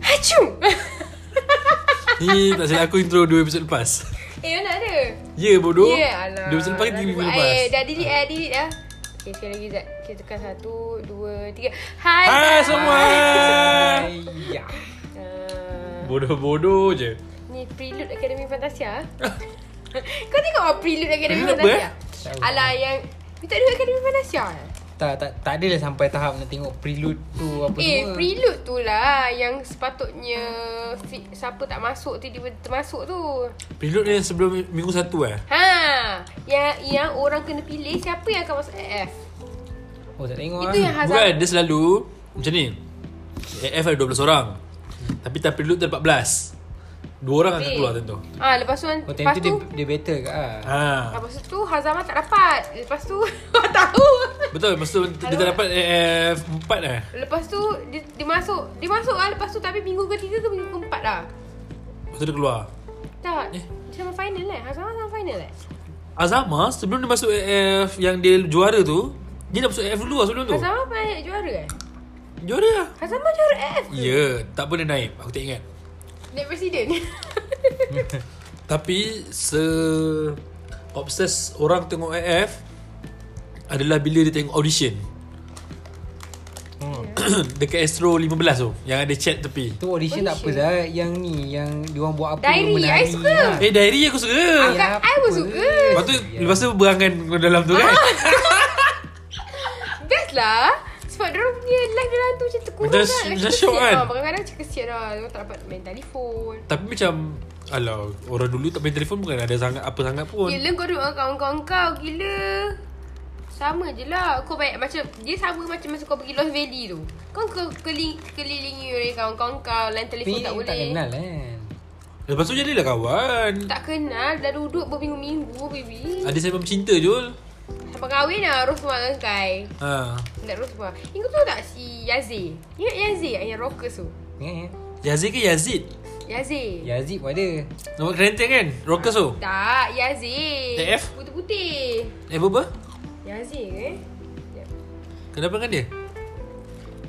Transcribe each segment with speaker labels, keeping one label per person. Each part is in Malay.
Speaker 1: Pikachu
Speaker 2: Ni tak silap aku intro 2 episod lepas
Speaker 1: Eh mana ada
Speaker 2: Ya yeah, bodoh
Speaker 1: Ya alah
Speaker 2: 2 episod lepas ke 3 minggu
Speaker 1: buat.
Speaker 2: lepas
Speaker 1: Eh dah delete eh delete lah Okay sekali lagi Zat Kita tekan satu Dua Tiga Hai
Speaker 2: Hai
Speaker 1: Zat.
Speaker 2: semua
Speaker 3: Ya.
Speaker 1: Ah,
Speaker 2: Bodoh-bodoh je
Speaker 1: Ni prelude Akademi Fantasia ah. Kau tengok tak prelude Akademi
Speaker 2: Prelude apa,
Speaker 1: Fantasia
Speaker 2: eh?
Speaker 3: Tahu.
Speaker 1: Alah yang You tak ada Akademi Fantasia eh?
Speaker 3: Tak tak tak adalah sampai tahap nak tengok prelude tu apa
Speaker 1: Eh
Speaker 3: semua.
Speaker 1: prelude tu lah Yang sepatutnya si- Siapa tak masuk tu Dia termasuk tu
Speaker 2: Prelude ni sebelum minggu 1 eh
Speaker 1: Ha Yang yang orang kena pilih Siapa yang akan masuk AF
Speaker 3: Oh tak tengok
Speaker 1: Itu yang
Speaker 2: Bukan
Speaker 1: Hazan
Speaker 2: dia selalu Macam ni AF ada 12 orang Tapi time prelude ada 14 Dua orang akan
Speaker 1: Tapi-
Speaker 2: keluar tentu
Speaker 1: Ah lepas tu
Speaker 3: Oh time
Speaker 1: Lepas
Speaker 3: tu
Speaker 1: tu
Speaker 3: dia, dia better ke ah.
Speaker 2: Ha.
Speaker 1: Lepas tu Hazama tak dapat Lepas tu Kau tahu
Speaker 2: Betul Lepas tu dia tak dapat AF 4 eh
Speaker 1: Lepas tu dia, dia masuk Dia masuk lah Lepas tu tapi minggu ketiga ke minggu keempat lah
Speaker 2: Lepas tu dia keluar
Speaker 1: Tak
Speaker 2: Eh.
Speaker 1: Dia sama final lah Hazama sama final lah
Speaker 2: Azama sebelum dia masuk AF Yang dia juara tu Dia dah masuk AF dulu lah sebelum tu
Speaker 1: Hazama pernah juara eh
Speaker 2: Juara lah
Speaker 1: Hazama juara AF
Speaker 2: Ya yeah, Tak pernah naib Aku tak ingat
Speaker 1: Naik presiden
Speaker 2: Tapi se obses orang tengok AF adalah bila dia tengok audition.
Speaker 3: Hmm.
Speaker 2: Dekat Astro 15 tu Yang ada chat tepi
Speaker 3: Tu audition tak apa
Speaker 1: Audition.
Speaker 3: dah yang ni yang diorang buat apa
Speaker 1: Oh, Diary, I suka.
Speaker 3: lah.
Speaker 2: Eh diary aku suka
Speaker 1: Angkat I pun
Speaker 3: apa?
Speaker 1: suka
Speaker 2: Lepas tu Lepas tu berangan kau dalam tu kan
Speaker 1: Best lah Sebab diorang punya live diorang tu macam terkurung
Speaker 2: Macam-
Speaker 1: kan
Speaker 2: macam syok kan?
Speaker 1: ha, Kadang-kadang macam kesian lah Diorang tak dapat main telefon
Speaker 2: Tapi macam Alah Orang dulu tak main telefon Bukan ada sangat Apa sangat pun
Speaker 1: Gila kau duduk dengan kawan-kawan kau Gila Sama je lah Kau banyak macam Dia sama macam masa kau pergi Lost Valley tu Kau kau keli, kelilingi oleh kawan-kawan kau Lain telefon
Speaker 3: Tapi
Speaker 1: tak boleh
Speaker 3: tak kenal kan.
Speaker 2: Lepas tu jadilah kawan
Speaker 1: Tak kenal Dah duduk berminggu-minggu baby
Speaker 2: Ada saya cinta Jul
Speaker 1: Sampai kahwin lah Rosmah dengan Kai
Speaker 2: ha.
Speaker 1: Nak Rosmah Eh kau tahu tak si Yazir Ingat Yazir yang rockers tu
Speaker 3: Ingat ya.
Speaker 2: Yazid ke Yazid
Speaker 1: Yazir
Speaker 3: Yazid pun ada.
Speaker 2: Nama kerenteng kan Rockers tu
Speaker 1: Tak Yazir
Speaker 2: AF?
Speaker 1: Putih-putih eh?
Speaker 2: Eh apa
Speaker 1: Yazir ke Sekejap.
Speaker 2: Kenapa dengan dia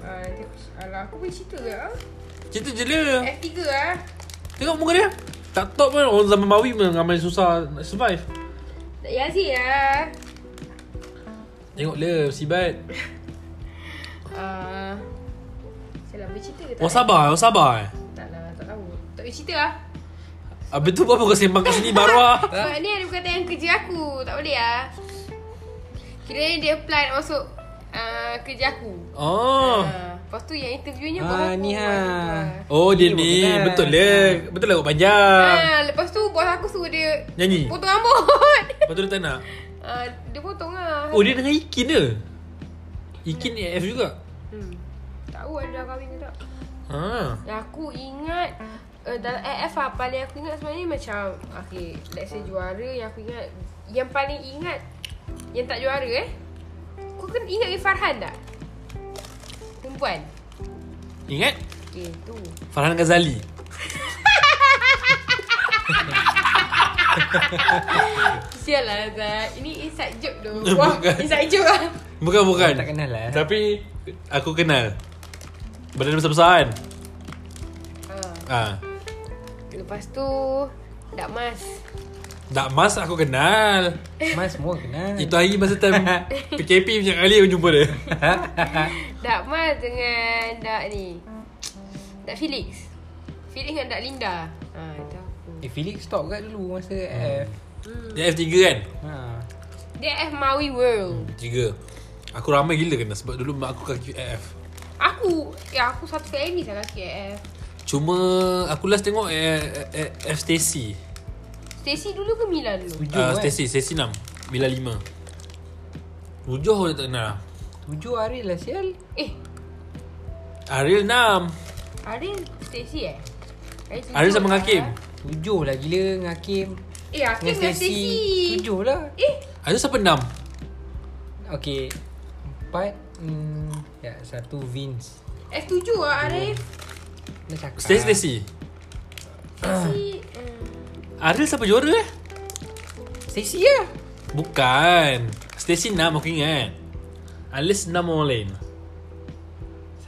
Speaker 1: Ah, tengok. Alah aku boleh cerita ke ah?
Speaker 2: Cerita je lah
Speaker 1: F3 ah
Speaker 2: Tengok muka dia Tak top pun Orang zaman mawi pun Ramai susah nak survive
Speaker 1: Tak Yazid lah
Speaker 2: Tengok dia Sibat
Speaker 1: Uh, Saya boleh cerita ke tak?
Speaker 2: Orang Oh, sabar Orang sabar eh
Speaker 1: Tak lah, tak tahu Tak boleh cerita lah
Speaker 2: Habis tu apa kau sembang kat sini baru lah
Speaker 1: Sebab ni ada perkataan kerja aku Tak boleh lah Kiranya dia apply nak masuk uh, kerja aku
Speaker 2: Oh
Speaker 1: Ah, Lepas tu yang interviewnya
Speaker 3: Ah,
Speaker 1: buat aku
Speaker 3: ni ha.
Speaker 1: Ah.
Speaker 2: Oh dia
Speaker 3: Ni
Speaker 2: ni
Speaker 3: bukan.
Speaker 2: Betul lah Betul lah kau panjang
Speaker 1: Ah, Lepas tu bos aku suruh dia
Speaker 2: Nyanyi
Speaker 1: Potong rambut
Speaker 2: Lepas tu dia tak nak
Speaker 1: Ah, Dia potong lah
Speaker 2: Oh dia dengan Ikin ke Ikin AF juga
Speaker 1: hmm. Tak tahu ada dah kahwin ke tak
Speaker 2: Ha
Speaker 1: Yang aku ingat uh, dalam AF lah paling aku ingat sebenarnya macam okay, let's say juara yang aku ingat yang paling ingat yang tak juara eh. Kau kan ingat dengan Farhan tak? Perempuan.
Speaker 2: Ingat
Speaker 1: Okay, tu.
Speaker 2: Farhan Ghazali
Speaker 1: Sial lah Zat. Ini inside joke tu.
Speaker 2: Eh,
Speaker 1: Wah,
Speaker 2: bukan.
Speaker 1: inside joke lah.
Speaker 2: Bukan bukan
Speaker 3: Tak kenal lah.
Speaker 2: Tapi Aku kenal Badan besar-besar kan
Speaker 1: Ah,
Speaker 2: Ha
Speaker 1: lepas tu, Dak Mas.
Speaker 2: Dak Mas aku kenal
Speaker 3: Mas semua kenal.
Speaker 2: Hmm. Itu hari masa time PKP macam kali aku jumpa dia
Speaker 1: Dak Mas dengan Dak ni. Dak Felix. Felix dengan Dak Linda. Ah, itu aku.
Speaker 3: Eh Felix stop kat dulu masa
Speaker 2: Hmm.
Speaker 3: F.
Speaker 2: Dia F3 kan?
Speaker 3: Ha.
Speaker 1: Dia F Maui World.
Speaker 2: Tiga Aku ramai gila kena sebab dulu mak aku kaki AF
Speaker 1: Aku Ya aku satu family lah kaki AF
Speaker 2: Cuma aku last tengok eh, A- A- AF Stacy
Speaker 1: Stacy dulu ke Mila dulu?
Speaker 3: Tujuh
Speaker 2: uh,
Speaker 3: kan.
Speaker 2: Stacy, Stacy 6 Mila 5 Tujuh aku tak kenal lah.
Speaker 3: Tujuh hari lah sial.
Speaker 1: Eh
Speaker 2: Ariel 6
Speaker 1: Ariel Stacy eh?
Speaker 2: Ariel
Speaker 1: tujuh
Speaker 2: sama dengan
Speaker 1: lah.
Speaker 2: Hakim
Speaker 3: Tujuh lah gila dengan Hakim.
Speaker 1: Eh Hakim dengan Stacy
Speaker 3: Tujuh lah.
Speaker 1: Eh
Speaker 2: Ariel siapa 6?
Speaker 3: Okay. Empat. Hmm, ya, satu Vince.
Speaker 1: F7
Speaker 2: Oh.
Speaker 1: lah Ariel
Speaker 3: Dah cakap.
Speaker 2: Stacy, Stacy
Speaker 1: Stacy hmm.
Speaker 2: Ariel siapa juara eh?
Speaker 3: Stacy lah.
Speaker 2: Bukan Stacy 6 aku ingat Unless 6 orang lain
Speaker 3: ah?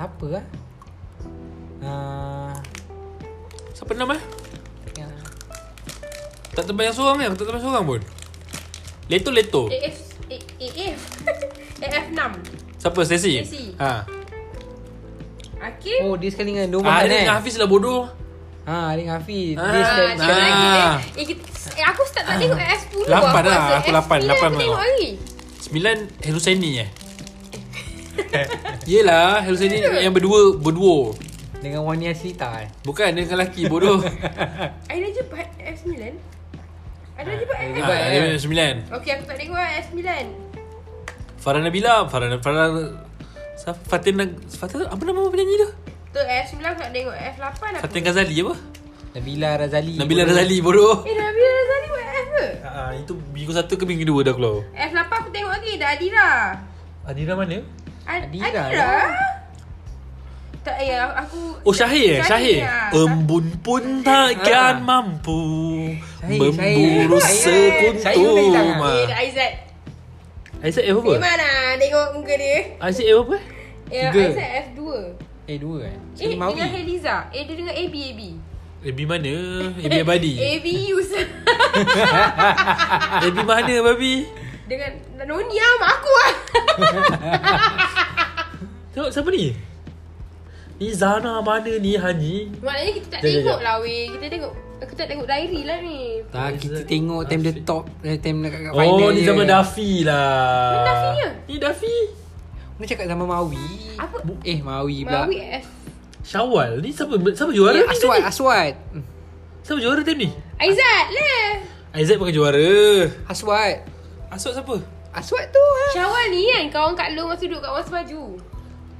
Speaker 3: Siapa lah? Uh,
Speaker 2: Siapa enam eh?
Speaker 3: Ya.
Speaker 2: Tak terbayang seorang kan? Aku tak terbayang seorang pun. Leto Leto.
Speaker 1: AF A- AF AF6
Speaker 2: Siapa? Stacy?
Speaker 1: Stacy.
Speaker 2: Ha.
Speaker 1: Akif
Speaker 3: Oh dia sekali dengan
Speaker 2: Ah,
Speaker 3: Norman
Speaker 2: dia
Speaker 3: eh
Speaker 2: dengan Hafiz lah bodoh.
Speaker 3: Ha dia dengan Hafiz
Speaker 2: Ah,
Speaker 3: Dia
Speaker 1: Ah,
Speaker 3: sekali
Speaker 2: dia-
Speaker 1: sekali lagi
Speaker 2: Ah.
Speaker 1: eh. Eh, kita, eh, aku start tak tengok AF10
Speaker 2: Lapan
Speaker 1: aku
Speaker 2: dah,
Speaker 1: rasa.
Speaker 2: aku lapan,
Speaker 1: AF9
Speaker 2: lapan
Speaker 1: aku
Speaker 2: tengok.
Speaker 1: tengok lagi
Speaker 2: Sembilan Herusaini eh? Yelah Herusaini yang berdua Berdua
Speaker 3: Dengan Wani Aslita eh
Speaker 2: Bukan dia dengan lelaki bodoh
Speaker 1: Ada je buat AF9 Ada je buat AF9
Speaker 2: ha, Dia dengan sembilan
Speaker 1: Okay aku tak tengok AF9
Speaker 2: Farah Nabila Farah Farah Sa- Fatin Nag- Fatin apa nama penyanyi tu?
Speaker 1: Tu AF9 aku tak tengok AF8 aku
Speaker 2: Fatin Ghazali apa?
Speaker 3: Nabila Razali
Speaker 2: Nabila Razali bodoh.
Speaker 1: Eh Nabila Razali buat AF ke?
Speaker 2: Ha, itu minggu satu ke minggu dua dah keluar.
Speaker 1: AF8 aku tengok lagi Dah Adira
Speaker 2: Adira mana?
Speaker 1: Ad-
Speaker 3: Adira
Speaker 1: Adira,
Speaker 3: lah.
Speaker 1: Tak eh aku
Speaker 2: Oh Syahir eh? Syahir.
Speaker 1: lah.
Speaker 2: Embun pun takkan
Speaker 3: Ah.
Speaker 2: mampu
Speaker 3: Syahir, Oh,
Speaker 2: memburu
Speaker 3: Syahir. Syahir
Speaker 2: sekuntum.
Speaker 3: boleh tangan.
Speaker 1: Eh
Speaker 2: Ah.
Speaker 1: Aizat
Speaker 2: Aizat F apa?
Speaker 1: Gimana tengok muka dia
Speaker 2: Aizat F apa?
Speaker 1: Ya
Speaker 3: Tiga.
Speaker 1: Aizat F2
Speaker 3: Eh dua eh
Speaker 1: Eh
Speaker 3: Sekali
Speaker 1: dengan
Speaker 3: Mawi
Speaker 1: Heliza Eh dia dengan AB AB
Speaker 2: Abi mana? Abi Abadi.
Speaker 1: AB user
Speaker 2: Abi mana babi?
Speaker 1: Dengan Noni lah mak aku lah
Speaker 2: Tengok siapa ni? Ni Zana mana ni Hani?
Speaker 1: Maknanya kita tak
Speaker 2: Jap, jap,
Speaker 1: tengok
Speaker 2: jap.
Speaker 1: lah weh Kita tengok Kita tak tengok diary lah ni
Speaker 3: Tak kita
Speaker 2: Razali.
Speaker 3: tengok time dia top eh, Time dekat kat final
Speaker 2: Oh ni
Speaker 3: je.
Speaker 2: zaman Dafi lah.
Speaker 1: Ni Dafi ke?
Speaker 2: Ni Dafi.
Speaker 3: Ni cakap zaman Mawi
Speaker 1: Apa?
Speaker 3: Eh Mawi pula
Speaker 1: Mawi F
Speaker 2: Syawal ni siapa siapa juara ni?
Speaker 3: Eh, Aswad
Speaker 2: tadi?
Speaker 3: Aswad Hmm,
Speaker 2: Siapa juara time ni?
Speaker 1: Aizat lah
Speaker 2: Aizat bukan juara.
Speaker 3: Aswad
Speaker 2: Aswad siapa?
Speaker 3: Aswad tu ha.
Speaker 1: Syawal ni kan Kawan Kak Long Masa duduk kat Mas Baju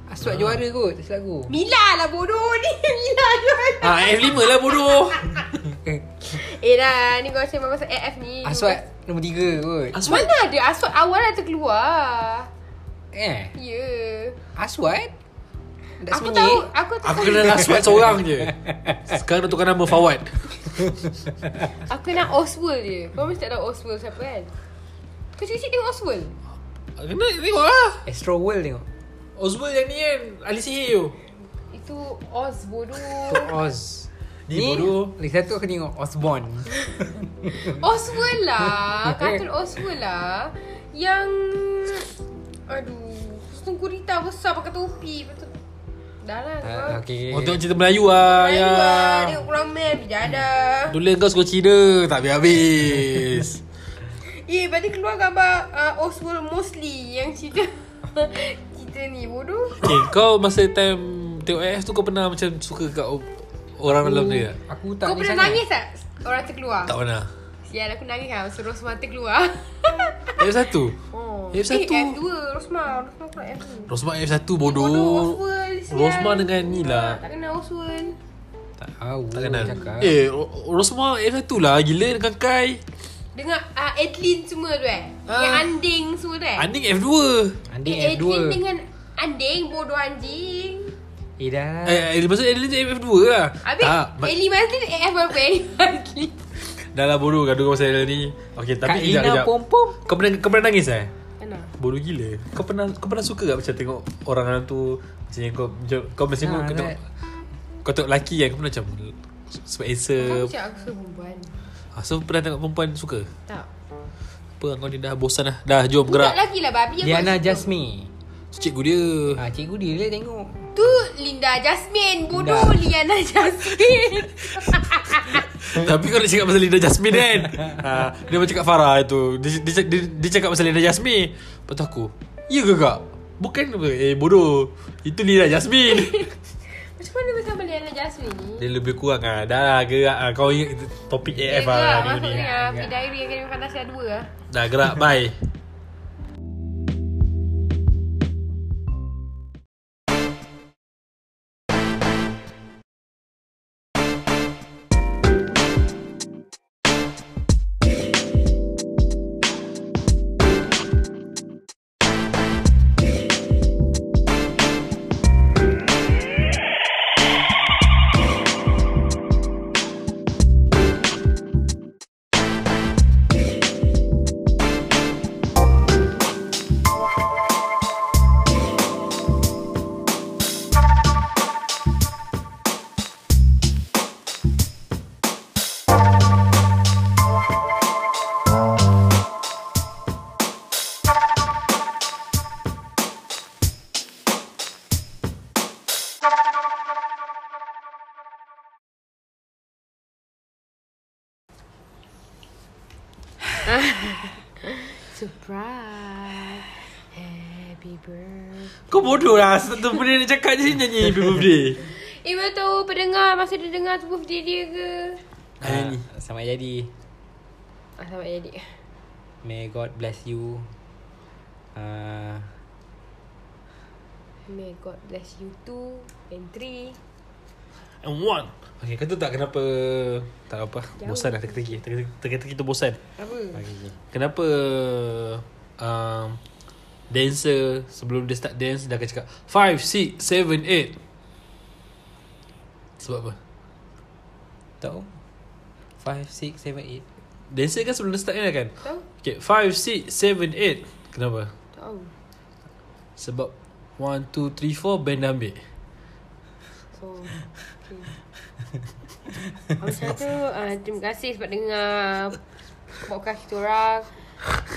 Speaker 3: Aswad juara kot Tak silap aku
Speaker 1: Mila lah bodoh ni Mila jual
Speaker 2: Ah F5 lah bodoh.
Speaker 1: Eh dah Ni kau cakap pasal AF ni
Speaker 3: Aswad Nombor tiga kot
Speaker 2: Aswad.
Speaker 1: Mana ada Aswad awal dah terkeluar
Speaker 3: Eh
Speaker 1: Ya yeah.
Speaker 3: Aswad Tak
Speaker 1: Aku
Speaker 3: semenyi.
Speaker 1: tahu Aku tahu
Speaker 2: Aku kenal Aswad seorang je. Sekarang dah tukar nama Fawad.
Speaker 1: Aku kenal Oswald je Kau mesti tak tahu Oswald siapa kan Kau cik-cik tengok Oswald
Speaker 2: Kena tengok lah.
Speaker 3: Astro World tengok
Speaker 2: Oswald yang ni kan Ali Sihir tu.
Speaker 1: Itu Oz bodoh
Speaker 3: Tu Oz
Speaker 2: Ni bodoh.
Speaker 3: Lagi satu aku tengok Osborne
Speaker 1: Oswald lah Kartun Oswald lah Yang Aduh Kusung gurita besar pakai topi Lepas tu Dah lah kau.
Speaker 3: Ah, Okay
Speaker 2: Oh tengok cerita Melayu lah
Speaker 1: Ayu
Speaker 2: ya.
Speaker 1: lah Tengok pulang meh Bidadah
Speaker 2: Tulis kau suruh Cina Tak habis-habis
Speaker 1: Eh, berarti keluar gambar uh, Oswald Mosley yang cerita cerita ni bodoh.
Speaker 2: Okay kau masa time Tengok AF tu kau pernah macam Suka kat o- orang dalam dia tak?
Speaker 3: Aku
Speaker 1: Tak
Speaker 3: tak
Speaker 1: Kau
Speaker 3: ni
Speaker 1: pernah
Speaker 3: sangat.
Speaker 1: nangis tak? Orang terkeluar.
Speaker 2: Tak pernah
Speaker 1: Sial aku nangis lah Masa Rosma terkeluar oh.
Speaker 2: AF1 F satu.
Speaker 1: Eh F2 Rosma Rosma pula F2
Speaker 2: Rosman AF1
Speaker 1: Bodoh
Speaker 2: bodoh
Speaker 1: Oswald sial.
Speaker 2: Rosma dengan ni
Speaker 1: Ah,
Speaker 2: lah
Speaker 1: Tak kenal Oswald
Speaker 3: Tak tahu
Speaker 2: Tak kenal
Speaker 3: cakap.
Speaker 2: Eh Ro- Rosma AF1 lah Gila dengan Kai
Speaker 1: Dengan uh, Adlin semua tu eh
Speaker 2: Ah.
Speaker 1: Yang Anding semua tu eh
Speaker 2: Aning F2
Speaker 3: Andi
Speaker 1: Eh,
Speaker 3: F2
Speaker 1: Adlin dengan Anding Bodoh anjing
Speaker 3: Eh dah
Speaker 2: Eh, eh lepas tu Adeline tu AF2 lah
Speaker 1: Habis
Speaker 2: Tak
Speaker 1: ah, Eli Mazlin eh, F berapa Eli Mazlin
Speaker 2: Dah lah bodoh gaduh kau pasal Adeline ni Okay
Speaker 3: Kak
Speaker 2: tapi
Speaker 3: Lina
Speaker 2: kejap-kejap
Speaker 3: Pompom
Speaker 2: Kau pernah, kau pernah nangis eh?
Speaker 1: Kenapa?
Speaker 2: Bodoh gila Kau pernah kau pernah suka tak macam tengok orang dalam tu Macam kau macam, kau mesti kau
Speaker 3: Ah,
Speaker 2: tengok
Speaker 3: right.
Speaker 2: Kau tengok lelaki kan kau pernah macam Sebab
Speaker 1: Kau
Speaker 2: handsome
Speaker 1: macam aku suka perempuan
Speaker 2: ah, So pernah tengok perempuan suka
Speaker 1: Tak
Speaker 2: Apa kau ni dah bosan dah Dah jom
Speaker 1: Budak
Speaker 2: gerak
Speaker 1: lelaki lah babi aku
Speaker 3: Diana
Speaker 1: suka.
Speaker 3: Jasmi
Speaker 2: Cikgu dia
Speaker 3: Ah cikgu dia lah tengok
Speaker 1: Tu Linda Jasmine Bodoh Liana Jasmine
Speaker 2: Tapi kau nak cakap pasal Linda Jasmine kan ah, Dia macam cakap Farah itu dia, dia, dia, dia cakap pasal Linda Jasmine Lepas tu aku Ya ke kak? Bukan apa? Eh bodoh Itu Linda Jasmine
Speaker 1: Macam mana kau sama Liana Jasmine ni?
Speaker 2: Dia lebih kurang ah. Dah lah gerak ah. Kau ingat topik
Speaker 1: Ya ke?
Speaker 2: AF lah minggu
Speaker 1: Masuk
Speaker 2: ni
Speaker 1: ni
Speaker 2: ni
Speaker 1: ah, Fit Diary Akademi Fantasia 2 lah
Speaker 2: Dah gerak bye
Speaker 1: Surprise. Happy birthday.
Speaker 2: Kau bodoh lah Satu benda nak cakap je nyanyi Happy birthday
Speaker 1: Eh, mana tahu pendengar masa dia dengar tu birthday dia ke?
Speaker 2: Ada Eh, ni.
Speaker 3: Ah, Sama jadi.
Speaker 1: Ah, selamat jadi.
Speaker 3: May God bless you. Uh,
Speaker 1: May God bless you too and three.
Speaker 2: And one Okay kau tahu tak kenapa Tak apa Bosan dah teka-teki Teka- Teka-teki tu bosan
Speaker 1: Apa?
Speaker 3: okay.
Speaker 2: Kenapa um, Dancer Sebelum dia start dance Dia akan cakap 5, 6, 7, 8 Sebab apa?
Speaker 3: Tahu? 5, 6, 7, 8
Speaker 2: Dancer kan sebelum dia start kan kan
Speaker 1: Tahu?
Speaker 2: Okay 5, 6, 7, 8 Kenapa?
Speaker 1: Tahu.
Speaker 2: Sebab 1, 2, 3, 4 Band dah ambil
Speaker 1: So, okay. Habis tu, uh, terima kasih sebab dengar podcast kita orang.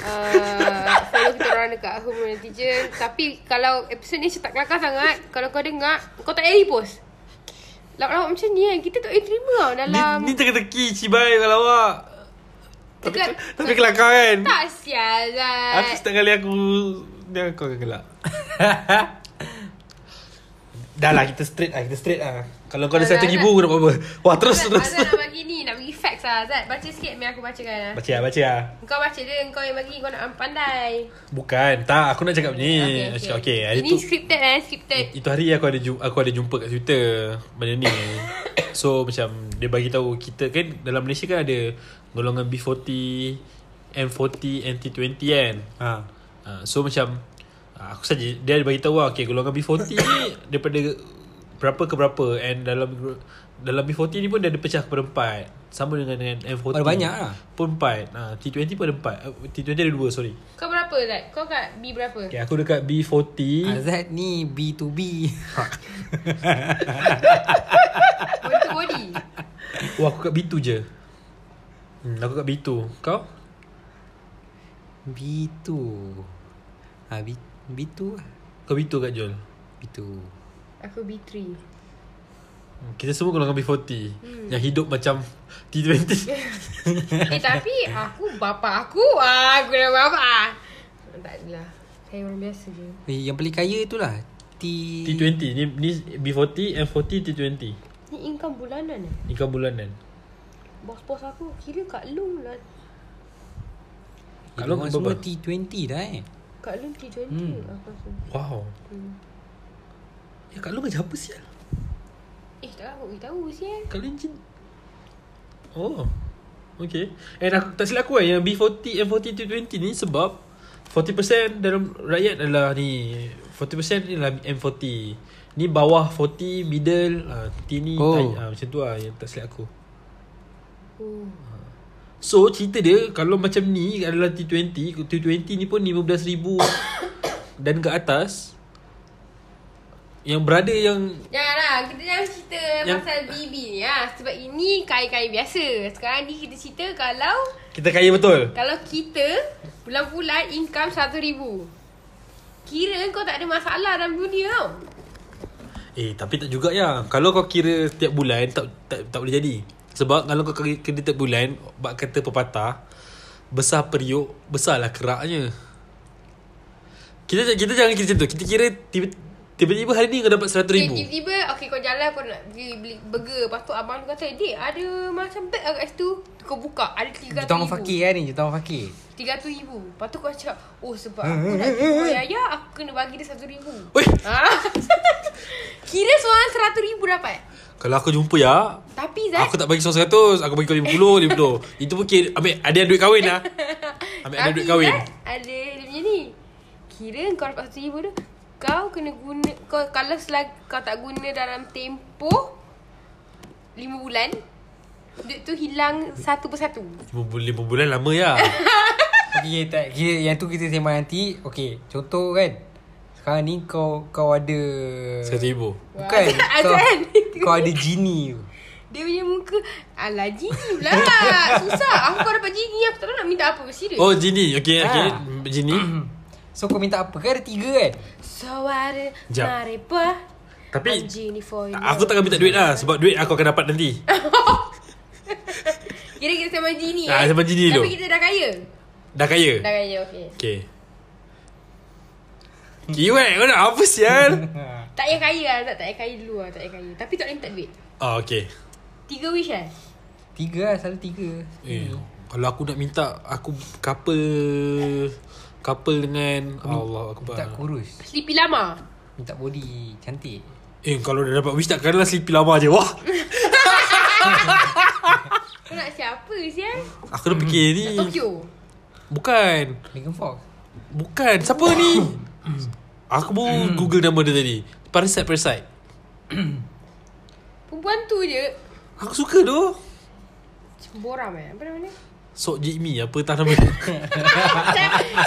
Speaker 1: Uh, follow kita orang dekat Home Netizen. Tapi kalau episod ni cetak kelakar sangat, kalau kau dengar, kau tak payah repost. Lawak-lawak macam ni kan. Kita tak payah terima tau dalam...
Speaker 2: Ni, ni teka-teki Cibai kalau awak Tapi,
Speaker 1: Dekat-
Speaker 2: tapi kelakar kan
Speaker 1: Tak sial lah.
Speaker 2: Aku setiap kali aku Dia kau akan gelak Dah lah kita straight lah Kita straight lah Kalau kau ada
Speaker 1: Dah lah,
Speaker 2: satu
Speaker 1: Azad.
Speaker 2: ribu Kau nak buat apa Wah terus
Speaker 1: Azad,
Speaker 2: terus
Speaker 1: Azad nak bagi ni Nak bagi facts lah Azad Baca sikit Biar aku bacakan lah
Speaker 2: Baca lah baca lah
Speaker 1: Kau baca dia Kau yang bagi Kau nak pandai
Speaker 2: Bukan Tak aku nak cakap ni
Speaker 1: Okey,
Speaker 2: Aku
Speaker 1: okey.
Speaker 2: cakap okay Hari
Speaker 1: Ini
Speaker 2: tu
Speaker 1: scripted eh Scripted
Speaker 2: Itu hari aku ada jumpa, aku ada jumpa kat Twitter Benda ni So macam Dia bagi tahu Kita kan Dalam Malaysia kan ada Golongan B40 M40 MT20 kan
Speaker 3: ha.
Speaker 2: Uh, so macam uh, aku saja dia ada bagi tahu lah okay, golongan B40 ni daripada berapa ke berapa and dalam gru- dalam B40 ni pun dia ada pecah kepada empat sama dengan dengan M40
Speaker 3: Ada banyak lah.
Speaker 2: pun empat uh, T20 pun ada empat uh, T20 ada dua sorry
Speaker 1: Kau berapa Zat? Kau kat B berapa?
Speaker 2: okay, aku dekat B40
Speaker 3: Azad ni B2B
Speaker 1: Body to body
Speaker 2: wah Oh, aku kat B2 je hmm, aku kat B2 kau
Speaker 3: B2 ha, B, B2 lah
Speaker 2: kau B2 kat Jol
Speaker 3: B2
Speaker 1: Aku B3
Speaker 2: Hmm, kita semua golongan B40 hmm. yang hidup macam T20
Speaker 1: Eh tapi Aku bapa aku ah, Aku dah bapa ah. Tak adalah Saya orang biasa je
Speaker 3: eh, Yang paling kaya tu lah T
Speaker 2: T20 ni, ni B40 M40 T20
Speaker 1: Ni income bulanan eh
Speaker 2: ni kau bulanan
Speaker 1: Bos-bos aku Kira kat Lung lah
Speaker 2: Kat
Speaker 3: Kalau
Speaker 2: luar
Speaker 3: kau
Speaker 2: kau
Speaker 3: semua
Speaker 2: berapa?
Speaker 3: T20 dah eh
Speaker 1: Kat Lung T20 hmm. Aku rasa
Speaker 2: Wow
Speaker 1: hmm.
Speaker 2: Ya kat lu kerja apa sial
Speaker 1: Eh tak aku tahu sial
Speaker 2: Kat lu engine Oh Okay And aku tak silap aku kan Yang B40 M40 T20 ni sebab 40% dalam rakyat adalah ni 40% ni lah M40 Ni bawah 40 Middle uh, T ni
Speaker 3: Oh.
Speaker 2: oh. uh, Macam tu lah Yang tak silap aku
Speaker 1: Oh
Speaker 2: So cerita dia Kalau macam ni Adalah T20 T20 ni pun 15,000 Dan ke atas Yang berada yang
Speaker 1: Janganlah, kita jangan cerita
Speaker 2: Yang-
Speaker 1: yang... pasal BB ni ha. Sebab ini kai-kai biasa. Sekarang ni kita cerita kalau
Speaker 2: Kita kaya betul
Speaker 1: kalau kita bulan-bulan income RM1,000. Kira kau tak ada masalah dalam dunia tau.
Speaker 2: Eh tapi tak juga ya Kalau kau kira tiap bulan Tak tak, tak boleh jadi Sebab kalau kau kira, kira tiap bulan Bak kata pepatah Besar periuk Besarlah keraknya Kita kita jangan kira macam tu Kita kira tiba- tiba-tiba hari ni kau dapat
Speaker 1: Okay,
Speaker 2: RM100,000
Speaker 1: tiba-tiba, okay kau jalan kau nak pergi beli burger. Lepas tu abang tu kata, Dik ada macam bag lah kat situ. Kau buka, ada RM300,000.
Speaker 3: Jutawan fakir kan ni Jutawan fakir
Speaker 1: RM300,000. Lepas tu kau cakap, oh sebab aku nak jumpa Yaya, aku kena bagi dia RM1,000.
Speaker 2: Weh
Speaker 1: Ha? Kira seorang RM100,000 dapat.
Speaker 2: Kalau aku jumpa ya
Speaker 1: Tapi Zat
Speaker 2: Aku tak bagi seorang seratus Aku bagi kau lima puluh Lima puluh Itu pun kira Ambil ada yang duit kahwin lah Ambil ada
Speaker 1: Tapi
Speaker 2: duit kahwin
Speaker 1: kan Ada dia punya ni Kira kau dapat satu ribu tu Kau kena guna kau, Kalau selagi kau tak guna dalam tempoh Lima bulan Duit tu hilang satu persatu
Speaker 2: Lima bul- Lima bulan lama ya
Speaker 3: Okay tak Kira yang tu kita sembang nanti Okay Contoh kan Sekarang ni kau Kau ada
Speaker 2: Seratus ribu
Speaker 3: Bukan
Speaker 1: Wah,
Speaker 3: kau,
Speaker 1: Azan.
Speaker 3: kau ada genie tu
Speaker 1: Dia punya muka Alah genie pula Susah Aku kau dapat genie Aku tak tahu nak minta apa Serius
Speaker 2: Oh Jini Okay, okay.
Speaker 3: Ah.
Speaker 2: Jini
Speaker 3: So kau minta apa Kan ada tiga kan
Speaker 1: So ada
Speaker 2: Jap.
Speaker 1: Marepa
Speaker 2: Tapi-
Speaker 1: I'm genie for you
Speaker 2: Aku takkan minta duit lah Sebab duit aku akan dapat nanti
Speaker 1: Kira kita sama genie
Speaker 2: Ah,
Speaker 1: eh.
Speaker 2: sama genie
Speaker 1: Tapi
Speaker 2: tu.
Speaker 1: kita dah kaya
Speaker 2: Dah kaya
Speaker 1: Dah kaya okey.
Speaker 2: Okay Kiwek kau nak apa sial
Speaker 3: Ha,
Speaker 1: Tak payah kaya lah tak, tak payah kaya dulu lah Tak payah kaya Tapi tak boleh minta duit
Speaker 2: Ah okay
Speaker 1: Tiga wish kan
Speaker 3: Tiga lah Selalu tiga
Speaker 2: eh, Kalau aku nak minta Aku couple Couple dengan Allah aku
Speaker 3: Minta kurus
Speaker 1: Sleepy lama
Speaker 3: Minta body Cantik
Speaker 2: Eh kalau dah dapat wish Takkanlah sleepy lama je Wah
Speaker 1: Kau nak siapa sial
Speaker 2: Aku dah fikir ni
Speaker 3: Hmm.
Speaker 1: Nak Tokyo
Speaker 2: Bukan
Speaker 3: Megan Fox
Speaker 2: Bukan Siapa ni Aku baru google nama dia tadi Parasite Parasite
Speaker 1: Perempuan tu je
Speaker 2: Aku suka tu
Speaker 1: Cemboram eh Apa nama dia
Speaker 2: Sok Jimmy Apa tak nama dia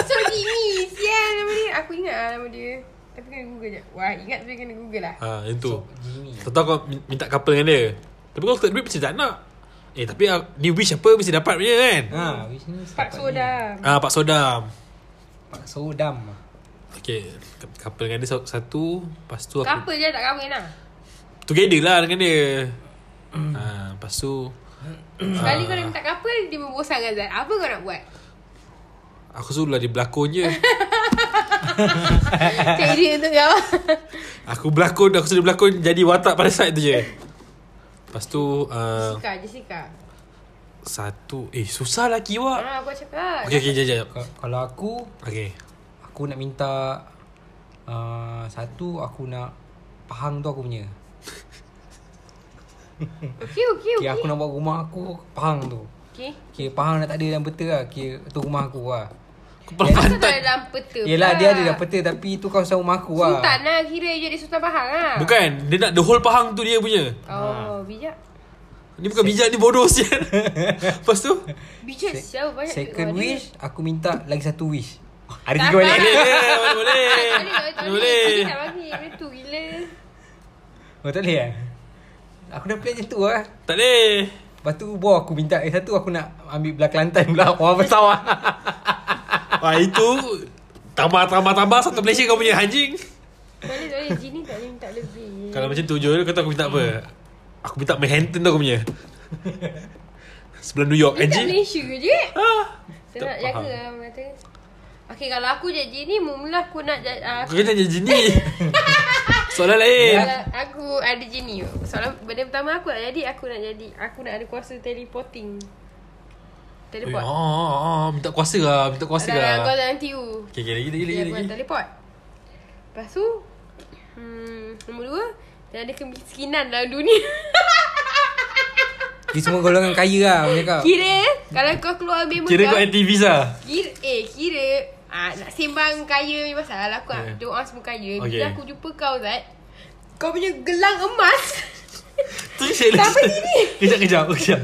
Speaker 1: So gini Sial nama dia Aku ingat lah nama dia Tapi kena google je Wah ingat tapi kena google lah
Speaker 2: Ha yang tu
Speaker 3: Jimmy
Speaker 2: Tahu kau min- minta couple dengan dia Tapi kau tak duit Mesti tak nak Eh tapi ah, dia wish apa Mesti dapat punya kan
Speaker 3: Ha Which ni
Speaker 1: Pak soda
Speaker 2: Ah Pak Sodam
Speaker 3: Pak Sodam
Speaker 2: Okay Couple dengan dia sa- satu Lepas tu aku
Speaker 1: Kapa je tak kahwin lah
Speaker 2: Together lah dengan dia ha, Lepas tu
Speaker 3: Hmm.
Speaker 1: Sekali kau nak minta couple Dia membosan dengan Zat Apa kau nak buat
Speaker 2: Aku suruh lah dia berlakon je
Speaker 1: Cari dia untuk kau
Speaker 2: Aku berlakon Aku suruh dia berlakon Jadi watak pada side tu je Lepas tu
Speaker 3: Oh.
Speaker 2: uh,
Speaker 1: Jessica Jessica
Speaker 2: Satu Eh susah lah kiwak
Speaker 1: Ah, aku cakap
Speaker 2: Okay okay jap jap
Speaker 3: Ka- Kalau aku
Speaker 2: Okay
Speaker 3: Aku nak minta uh, Satu Aku nak Pahang tu aku punya
Speaker 1: Okay okay
Speaker 3: Okay
Speaker 1: okay
Speaker 3: aku nak buat rumah aku Pahang tu
Speaker 1: Okay
Speaker 3: Okay Pahang dah tak ada dalam peta lah Okay tu rumah aku lah
Speaker 2: Kau
Speaker 1: Asal tak
Speaker 2: pantat
Speaker 1: ada dalam peta
Speaker 3: Yelah
Speaker 1: pula?
Speaker 3: dia ada dalam peta Tapi tu kawasan rumah aku lah
Speaker 1: lah. Sultan lah Kira je dia Sultan Pahang lah
Speaker 2: Bukan Dia nak the whole Pahang tu dia punya
Speaker 3: Ah.
Speaker 1: Oh bijak
Speaker 2: Ni bukan bijak Ni bodoh sial Lepas tu
Speaker 1: Bijak siapa banyak
Speaker 3: Second
Speaker 1: duit orang
Speaker 3: wish Aku minta lagi satu wish Ada
Speaker 1: Tak
Speaker 3: tiga balik
Speaker 1: apa.
Speaker 2: Boleh Boleh Boleh
Speaker 1: dia. Tak boleh tak
Speaker 2: Eh, Boleh
Speaker 1: boleh
Speaker 2: Boleh
Speaker 1: Kita tak bagi Dia tu gila
Speaker 3: Oh tak boleh kan Aku dah plan macam tu lah
Speaker 2: Tak boleh
Speaker 3: Lepas tu boh aku minta Eh satu aku nak ambil belah Kelantan pula Orang lah. bersawah
Speaker 2: Wah itu Tambah tambah tambah Satu Malaysia kau punya anjing
Speaker 1: Boleh tak boleh Jini tak boleh minta lebih
Speaker 2: Kalau macam tu Joel Kau tahu aku minta apa Aku minta Manhattan tu aku punya Sebelah New York
Speaker 1: Dia kat
Speaker 2: anjing
Speaker 1: Malaysia je
Speaker 2: Ah.
Speaker 1: Saya nak
Speaker 2: Tak
Speaker 1: jaga
Speaker 2: faham.
Speaker 1: lah orang kata Okay kalau aku jadi ni Mula aku nak jadi uh,
Speaker 2: Kau kena jadi ni Soalan lain
Speaker 1: Kalau aku ada jenis Soalan benda pertama aku nak jadi Aku nak jadi Aku nak ada kuasa teleporting
Speaker 2: Oh,
Speaker 1: Teleport
Speaker 2: oh, oh, minta kuasa lah Minta kuasa
Speaker 1: Ada kau
Speaker 2: lah
Speaker 1: dalam TU
Speaker 2: Okay, okay, lagi, lagi, lagi,
Speaker 1: Dia
Speaker 2: lagi.
Speaker 1: buat teleport Lepas tu hmm, Nombor dua Dan ada kemiskinan dalam dunia
Speaker 3: Dia semua golongan kaya lah Aku cakap
Speaker 1: Kira Kalau kau keluar ambil
Speaker 2: Kira kau
Speaker 1: muka
Speaker 2: anti visa
Speaker 1: Kira Eh kira ah, Nak sembang kaya ni masalah Aku nak
Speaker 2: Yeah.
Speaker 1: yeah. orang semua kaya okay.
Speaker 2: Ya. Okay.
Speaker 1: Bila aku jumpa kau Zat Kau punya gelang emas
Speaker 2: Tu saya
Speaker 1: Tak apa sini.
Speaker 2: Kejap, kejap, kejap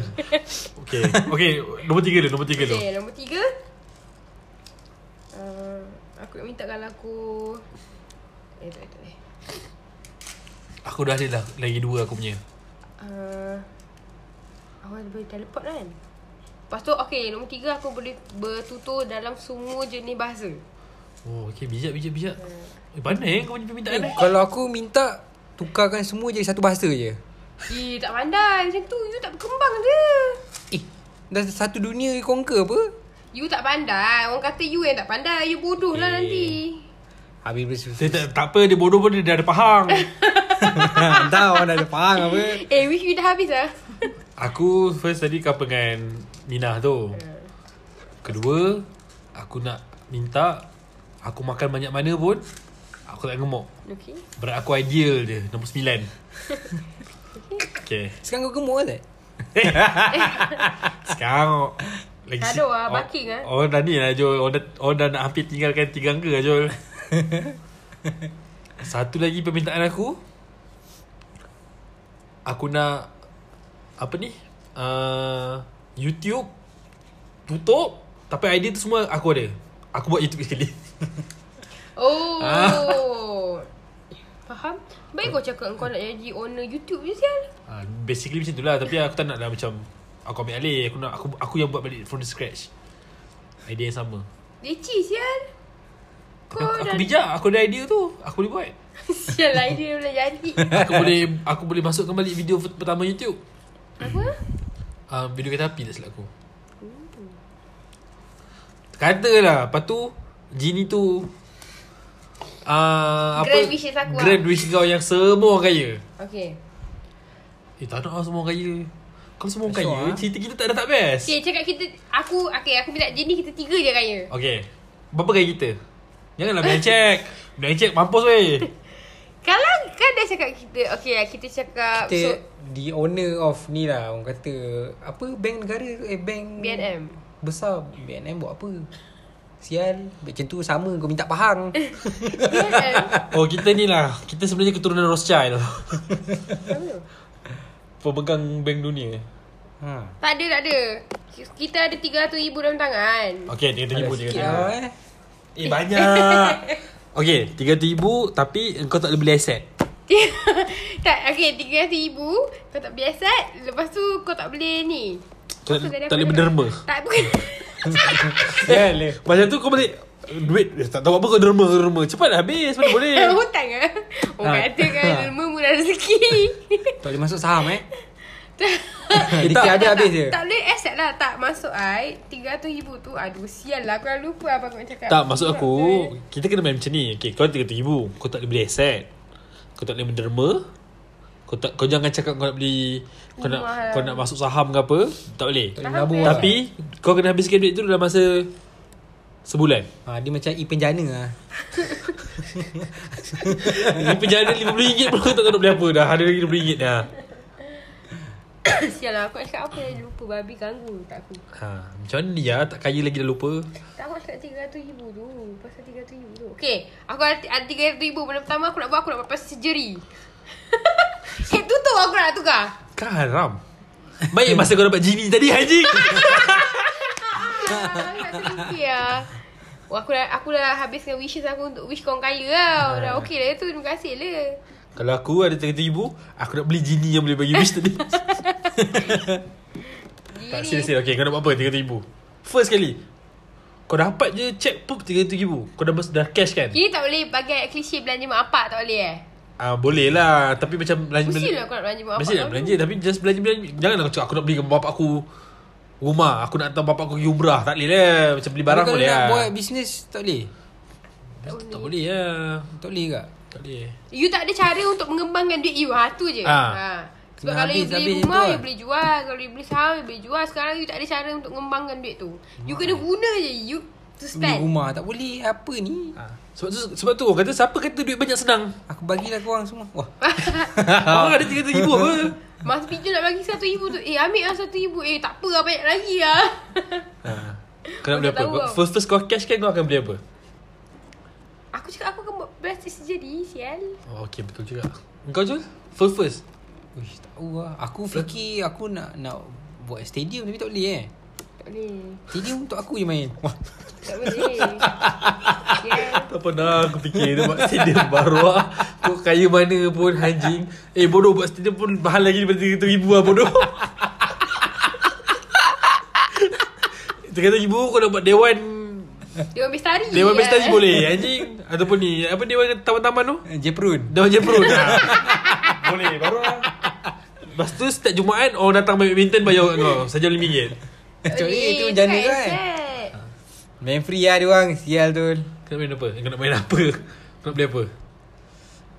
Speaker 2: Okay, okay Nombor tiga dulu, nombor tiga dulu
Speaker 1: Okay Eh, nombor tiga uh, Aku nak minta kalau aku Eh tak boleh, tak boleh
Speaker 2: Aku dah ada dah Lagi dua aku punya
Speaker 1: uh, Awal boleh teleport kan Lepas tu okay Nombor tiga aku boleh bertutur dalam semua jenis bahasa
Speaker 2: Oh, okay, bijak, bijak, bijak Eh, pandai eh kau punya permintaan eh
Speaker 3: Kalau aku minta Tukarkan semua jadi satu bahasa je
Speaker 1: Eh tak pandai macam tu You tak berkembang je
Speaker 3: Eh Dah satu dunia dia conquer apa
Speaker 1: You tak pandai Orang kata you yang tak pandai You bodoh lah
Speaker 2: Eh.
Speaker 1: nanti
Speaker 3: Habis bersifat
Speaker 2: Dia tak, tak apa, dia bodoh pun dia dah ada pahang
Speaker 3: Entah orang dah ada faham apa
Speaker 1: Eh wish you dah habis lah
Speaker 2: Aku first tadi couple dengan Minah tu Kedua Aku nak minta Aku makan banyak mana pun Aku tak gemuk
Speaker 1: Okay
Speaker 2: Berat aku ideal je Nombor sembilan Okay
Speaker 3: Sekarang kau gemuk kan tak?
Speaker 2: Sekarang lagi
Speaker 1: Tak ada lah, barking lah.
Speaker 2: Orang dah ni lah Jol Orang dah, orang dah nak hampir tinggalkan tiga angka lah Jol Satu lagi permintaan aku Aku nak Apa ni uh, YouTube Tutup Tapi idea tu semua aku ada Aku buat YouTube sekali
Speaker 1: Oh
Speaker 2: Ah.
Speaker 1: Faham Baik kau cakap kau nak jadi owner YouTube je sial
Speaker 2: uh, Basically macam tu lah Tapi aku tak nak lah macam Aku ambil alih Aku nak aku, aku yang buat balik from the scratch Idea yang sama
Speaker 1: Leci sial
Speaker 2: Tapi
Speaker 1: Kau
Speaker 2: aku,
Speaker 1: dah
Speaker 2: aku bijak Aku ada idea tu Aku boleh buat
Speaker 1: Sial lah dia boleh jadi
Speaker 2: Aku boleh Aku boleh masukkan balik Video f- pertama YouTube Ah,
Speaker 1: Apa
Speaker 2: uh, Video kereta api tak silap aku Katalah Lepas tu Genie tu uh,
Speaker 1: Grand wishes aku lah.
Speaker 2: Grand wish kau yang semua orang kaya
Speaker 1: Okay.
Speaker 2: Eh tak nak lah semua orang kaya Kalau semua orang
Speaker 3: That's
Speaker 2: kaya
Speaker 3: all, ah.
Speaker 2: Cerita kita tak ada tak best
Speaker 1: Okay, cakap kita... Aku... Okay, aku minta jenis kita tiga je kaya.
Speaker 2: Okay Berapa kaya kita? Janganlah melencek Melencek mampus weh
Speaker 1: Kalau kan dah cakap kita... Okay, kita cakap...
Speaker 3: Kita
Speaker 1: So,
Speaker 3: The owner of ni lah Orang kata Apa bank negara tu? Eh bank
Speaker 1: BNM.
Speaker 3: Besar BNM buat apa Sial Macam tu sama Kau minta Pahang
Speaker 1: BNM.
Speaker 2: Oh kita ni lah Kita sebenarnya keturunan Rothschild
Speaker 1: Apa tu?
Speaker 2: Pemegang bank dunia eh.
Speaker 3: ha.
Speaker 1: tak ada, tak ada. Kita ada 300 ribu dalam tangan.
Speaker 2: Okay 300 ribu
Speaker 3: sikit
Speaker 2: 300 ribu
Speaker 3: lah eh.
Speaker 2: Eh banyak Okay 300 ribu Tapi kau tak boleh beli aset
Speaker 1: tak, okay. 300 ribu. Kau tak beli aset. Lepas tu kau tak boleh ni. Kau
Speaker 2: Tak,
Speaker 1: apa
Speaker 2: tak boleh
Speaker 1: tu?
Speaker 2: berderma
Speaker 1: Tak, bukan.
Speaker 2: Eh, Macam tu kau balik Duit eh, tak tahu apa kau derma kau derma Cepat lah habis Mana boleh
Speaker 1: Hutang lah. Orang
Speaker 3: Ha.
Speaker 1: kata kan, derma murah rezeki.
Speaker 3: Tak boleh masuk saham eh
Speaker 1: Tak.
Speaker 3: Dikit
Speaker 1: Tak,
Speaker 3: ada
Speaker 1: tak,
Speaker 3: habis
Speaker 1: tak.
Speaker 3: je.
Speaker 1: Tak boleh accept lah Tak masuk I 300 ribu tu Aduh sial lah Aku dah lupa apa aku nak cakap
Speaker 2: Tak maksud aku Kita kena main macam ni Okay kau 300 ribu Kau tak boleh beli aset Kau tak boleh menderma Kau tak kau jangan cakap kau nak beli Kau nak
Speaker 1: Rumah lah.
Speaker 2: kau nak masuk saham ke apa Tak boleh
Speaker 3: Tak boleh nabung lah.
Speaker 2: Tapi kau kena habiskan duit tu dalam masa Sebulan
Speaker 3: ha, Dia macam e-penjana lah
Speaker 2: Ni penjara RM50 pun kau tak tahu nak beli apa dah Ada lagi RM20 dah
Speaker 1: Sial lah Aku nak cakap apa Dah lupa Babi ganggu tak aku
Speaker 2: ha, Macam mana ni ya Tak kaya lagi dah lupa
Speaker 1: Tak aku nak cakap 300 ribu tu Pasal 300 ribu tu Okay Aku ada, ada 300 ribu Benda pertama aku nak buat Aku nak buat pasal surgery Itu tu aku nak tukar
Speaker 2: Kan haram Baik masa kau dapat genie tadi anjing
Speaker 1: Ah, Aku nak terfikir lah Wah, aku dah, aku dah habiskan wishes aku untuk wish korang kaya tau. Dah
Speaker 3: Ah.
Speaker 1: okey lah tu. Terima kasih lah.
Speaker 2: Kalau aku ada RM30,000 Aku nak beli genie yang boleh bagi wish tadi Tak
Speaker 1: Gini.
Speaker 2: serius serius Okay kau nak buat apa RM30,000 First kali Kau dapat je check pun RM30,000 Kau dah, mas- dah cash kan
Speaker 1: Kini tak boleh bagai klise belanja mak apak tak boleh eh?
Speaker 2: Ah Boleh lah Tapi macam belanja
Speaker 1: Mesti lah aku nak belanja mak apak.
Speaker 2: Mesti nak
Speaker 1: dulu.
Speaker 2: belanja Tapi just belanja-belanja Jangan aku cakap Aku nak beli ke bapak aku Rumah Aku nak hantar bapak aku pergi umrah Tak boleh lah Macam beli barang
Speaker 3: Tapi
Speaker 2: boleh
Speaker 3: Kalau
Speaker 2: lah
Speaker 3: nak buat bisnes Tak boleh
Speaker 2: Tak boleh lah
Speaker 3: Tak boleh kat
Speaker 2: Tak boleh
Speaker 1: You tak ada cara untuk mengembangkan duit you. Ha tu je.
Speaker 2: Ah.
Speaker 1: Sebab
Speaker 3: Kena
Speaker 1: kalau you
Speaker 3: habis-
Speaker 1: beli
Speaker 3: habis je
Speaker 1: rumah,
Speaker 3: tu
Speaker 1: you
Speaker 3: kan.
Speaker 1: boleh jual. Kalau you beli saham, you boleh jual. Sekarang you tak ada cara untuk mengembangkan duit tu. You kena guna je. You to
Speaker 3: Beli
Speaker 1: spend.
Speaker 3: rumah tak boleh Apa ni
Speaker 2: ha. Sebab tu Sebab tu orang kata Siapa kata duit banyak senang
Speaker 3: Aku bagilah korang semua Wah
Speaker 2: Orang ada RM30,000 apa
Speaker 1: Mas Piju nak bagi satu ribu tu. Eh, ambil lah satu ribu. Eh, tak apa lah. Banyak lagi lah.
Speaker 2: ha. Kau nak beli
Speaker 1: Orang
Speaker 2: apa
Speaker 1: tak tahu
Speaker 2: Kau-
Speaker 1: tau.
Speaker 2: First first kau cash kan Kau akan beli apa
Speaker 1: aku cakap aku akan buat plastic surgery. Sial.
Speaker 2: oh, Okay betul juga Kau je First first
Speaker 3: Uish, tak tahu lah Aku fikir Aku nak nak Buat stadium Tapi tak boleh eh
Speaker 1: Tak boleh.
Speaker 3: Stadium untuk aku je main Wah
Speaker 1: Tak boleh. yeah.
Speaker 2: Tak pernah aku fikir Dia buat stadium baru lah Kau kaya mana pun Anjing Eh bodoh buat stadium pun Mahal lagi daripada RM30,000 lah bodoh RM30,000 kau nak buat dewan
Speaker 1: Dewan Bestari.
Speaker 2: Dewan
Speaker 1: ya.
Speaker 2: bestari boleh Anjing Ataupun ni Apa dewan taman-taman tu
Speaker 3: Jeprun
Speaker 2: Dewan je perut dah Boleh baru lah Lepas tu setiap Jumaat Orang datang main badminton Bayar kat kau Saja RM5
Speaker 3: Macam
Speaker 1: Boleh,
Speaker 3: ni Itu
Speaker 1: cakap
Speaker 3: macam mana tu kan
Speaker 1: accept.
Speaker 3: Main free lah dia orang Sial tu
Speaker 2: Kau nak main apa? Kau nak main apa? Kau nak beli apa?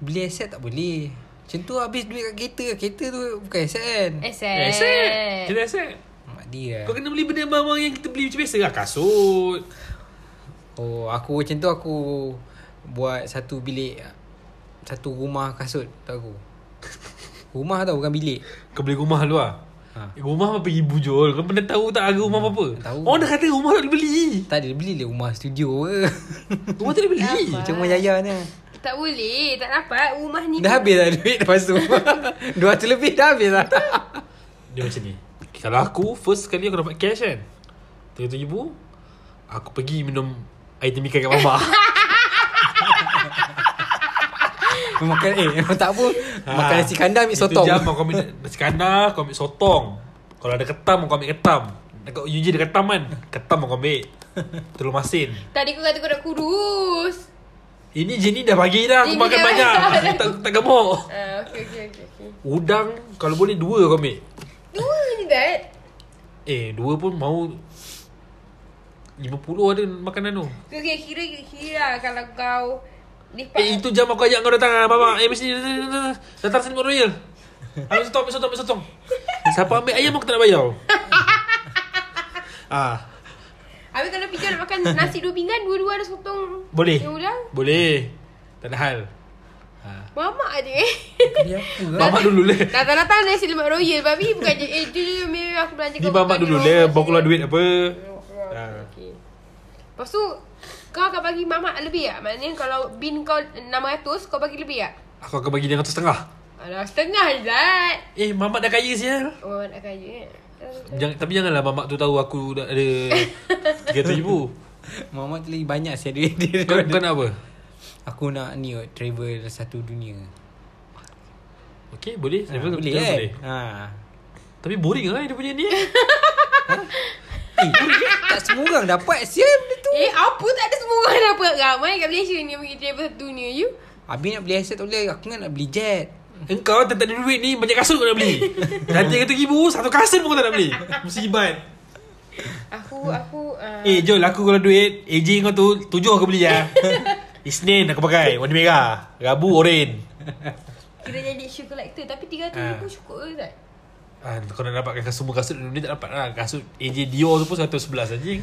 Speaker 3: Beli aset tak boleh Macam tu habis duit kat kereta Kereta tu bukan aset kan
Speaker 1: Accept.
Speaker 2: Kena aset
Speaker 3: Mak dia
Speaker 2: Kau
Speaker 3: lah
Speaker 2: kena beli benda barang yang kita beli macam biasa lah Kasut
Speaker 3: Oh aku macam tu aku Buat satu bilik Satu rumah kasut Untuk aku Rumah tau bukan bilik
Speaker 2: Kau beli rumah lu lah ha.
Speaker 3: Ha.
Speaker 2: Hmm, Rumah apa ibu jual Kau pernah tahu tak harga rumah apa-apa?
Speaker 3: tahu.
Speaker 2: Orang dah kata rumah tak boleh beli
Speaker 3: Tak ada beli lah rumah studio ke
Speaker 2: Rumah tak boleh beli
Speaker 3: Macam rumah jaya ni
Speaker 1: Tak boleh. Tak dapat. Rumah ni.
Speaker 3: Dah habis dah duit lepas tu 200 lebih dah habis lah. dah
Speaker 2: Dia macam ni Kalau aku First sekali aku dapat cash kan RM30,000 Aku pergi minum Air temikan kat mama
Speaker 3: Makan eh Memang tak apa Makan nasi kandar ambil sotong
Speaker 2: Ha. Itu jam kau ambil nasi kandar Kau ambil sotong Kalau ada ketam Kau ambil ketam Dekat UJ ada ketam kan Ketam kau ambil Telur masin
Speaker 1: Tadi kau kata kau nak kurus.
Speaker 2: Ini Jenny dah bagi dah Aku
Speaker 1: Jenny
Speaker 2: makan
Speaker 1: dah-
Speaker 2: banyak Tak, tak gemuk
Speaker 1: Ah, okay, okay, okay, okay.
Speaker 2: Udang Kalau boleh dua kau ambil
Speaker 1: Dua je, Dad.
Speaker 2: Eh dua pun mau 50 ada makanan tu
Speaker 1: Kira kira kira lah kalau kau lipat
Speaker 2: Eh itu jam aku ajak kau datang ah, Mama Eh mesti Datang sini Mok Royal Ambil sotong Ambil sotong Ambil sotong Siapa ambil ayam aku tak nak bayar Ah,
Speaker 1: Habis kalau pijak nak makan nasi dua pinggan Dua-dua ada sotong
Speaker 2: Boleh
Speaker 1: Yang udang
Speaker 2: Boleh Tak ada hal ha.
Speaker 1: Mamak je eh
Speaker 3: Ni apa lah
Speaker 2: Mamak dulu lah
Speaker 1: Datang-datang nasi lemak royal Babi bukan je Eh dia je memang aku belanja
Speaker 2: Ni mamak
Speaker 1: makan
Speaker 2: dulu
Speaker 1: ni,
Speaker 2: lah
Speaker 1: mamak
Speaker 2: Bawa keluar
Speaker 1: ni.
Speaker 2: duit apa Ha.
Speaker 1: Ah, okey. Lepas tu Kau akan bagi mamak lebih tak? Maknanya kalau bin kau 600 Kau bagi lebih tak?
Speaker 2: Aku akan bagi dia ratus setengah
Speaker 1: Alah setengah je Zat
Speaker 2: Eh mamak dah kaya sial
Speaker 1: Oh nak kaya eh
Speaker 2: Jangan, tapi janganlah mamak tu tahu aku dah ada 300 ribu
Speaker 3: Mamat tu lagi banyak saya duit dia
Speaker 2: Kau, kau nak apa?
Speaker 3: Aku nak ni kot, Travel satu dunia
Speaker 2: Okay Ah, boleh Ah.
Speaker 3: ha,
Speaker 2: Travel
Speaker 3: Boleh
Speaker 2: kita
Speaker 3: kan ha.
Speaker 2: Tapi boring lah dia punya ni
Speaker 3: Eh, tak semua orang dapat Sial benda tu
Speaker 1: Eh apa tak ada semua orang dapat Ramai kat Malaysia ni Pergi travel dunia you
Speaker 3: Abi nak beli aset tak boleh Aku kan nak beli jet
Speaker 2: Engkau tak ada duit ni Banyak kasut kau nak beli Nanti kata ibu Satu kasut pun kau tak nak beli Musibat
Speaker 1: Aku
Speaker 3: Hmm.
Speaker 1: Aku uh,
Speaker 2: Eh Jol aku kalau duit AJ kau tu Tujuh aku beli ya Isnin aku pakai Warna merah Rabu oren
Speaker 1: Kira jadi shoe collector Tapi 300
Speaker 2: Ah.
Speaker 1: ribu cukup ke Zat?
Speaker 2: ah, Kau nak dapatkan kas- semua kasut Dia tak dapat lah Kasut AJ Dior tu pun 111 anjing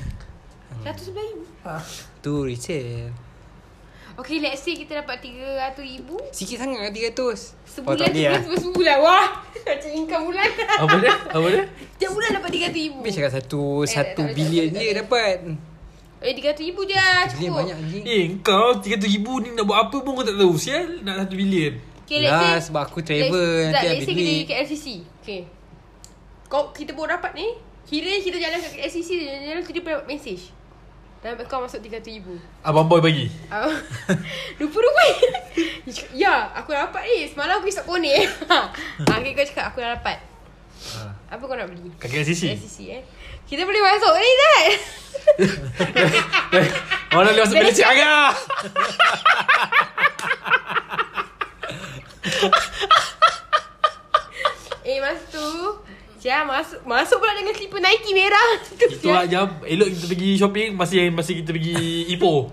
Speaker 3: Hmm.
Speaker 1: 111 ribu
Speaker 3: Ah. Tu resale
Speaker 1: Okay let's say kita dapat 300 ribu
Speaker 3: Sikit sangat kat 300
Speaker 1: Sebulan
Speaker 3: tak
Speaker 1: tu
Speaker 3: boleh
Speaker 1: kan
Speaker 3: lah
Speaker 1: sebulan Wah Macam income bulan
Speaker 2: Apa dia? Apa dia?
Speaker 1: Tiap bulan dapat 300 ribu
Speaker 3: Habis cakap satu
Speaker 1: Eh,
Speaker 3: Satu
Speaker 1: tak boleh, tak
Speaker 3: bilion
Speaker 1: boleh,
Speaker 3: je
Speaker 1: tak
Speaker 3: dapat
Speaker 1: Eh 300 ribu je lah,
Speaker 3: Bilion
Speaker 1: cukup
Speaker 3: banyak lagi
Speaker 2: Eh kau 300 ribu ni nak buat apa pun kau tak tahu Sial nak 1 bilion
Speaker 1: Okay
Speaker 3: Lah,
Speaker 1: let's say
Speaker 3: sebab aku travel,
Speaker 1: let's,
Speaker 3: nanti
Speaker 1: Zat, let's
Speaker 3: habis
Speaker 1: say kita
Speaker 3: duit.
Speaker 1: pergi KLCC Okay Kau kita baru dapat ni Kira kita jalan kat KLCC Jalan-jalan tu dia dapat message Dalam account masuk 300 ribu
Speaker 2: Abang boy bagi
Speaker 1: Ah, Rupa-rupa Dia cakap, Ya aku dah dapat ni Semalam aku isap kone Okay kau cakap aku dah dapat
Speaker 2: Ah.
Speaker 1: Apa kau nak beli?
Speaker 2: Kat KLCC
Speaker 1: SCC eh Kita boleh masuk ni Zat
Speaker 2: Eh, Orang boleh masuk Malaysia agak
Speaker 1: Eh masa tu Cia masuk Masuk pula dengan slipper Nike merah Tu
Speaker 2: Itulah jam Elok kita pergi shopping Masih masih kita pergi Ipoh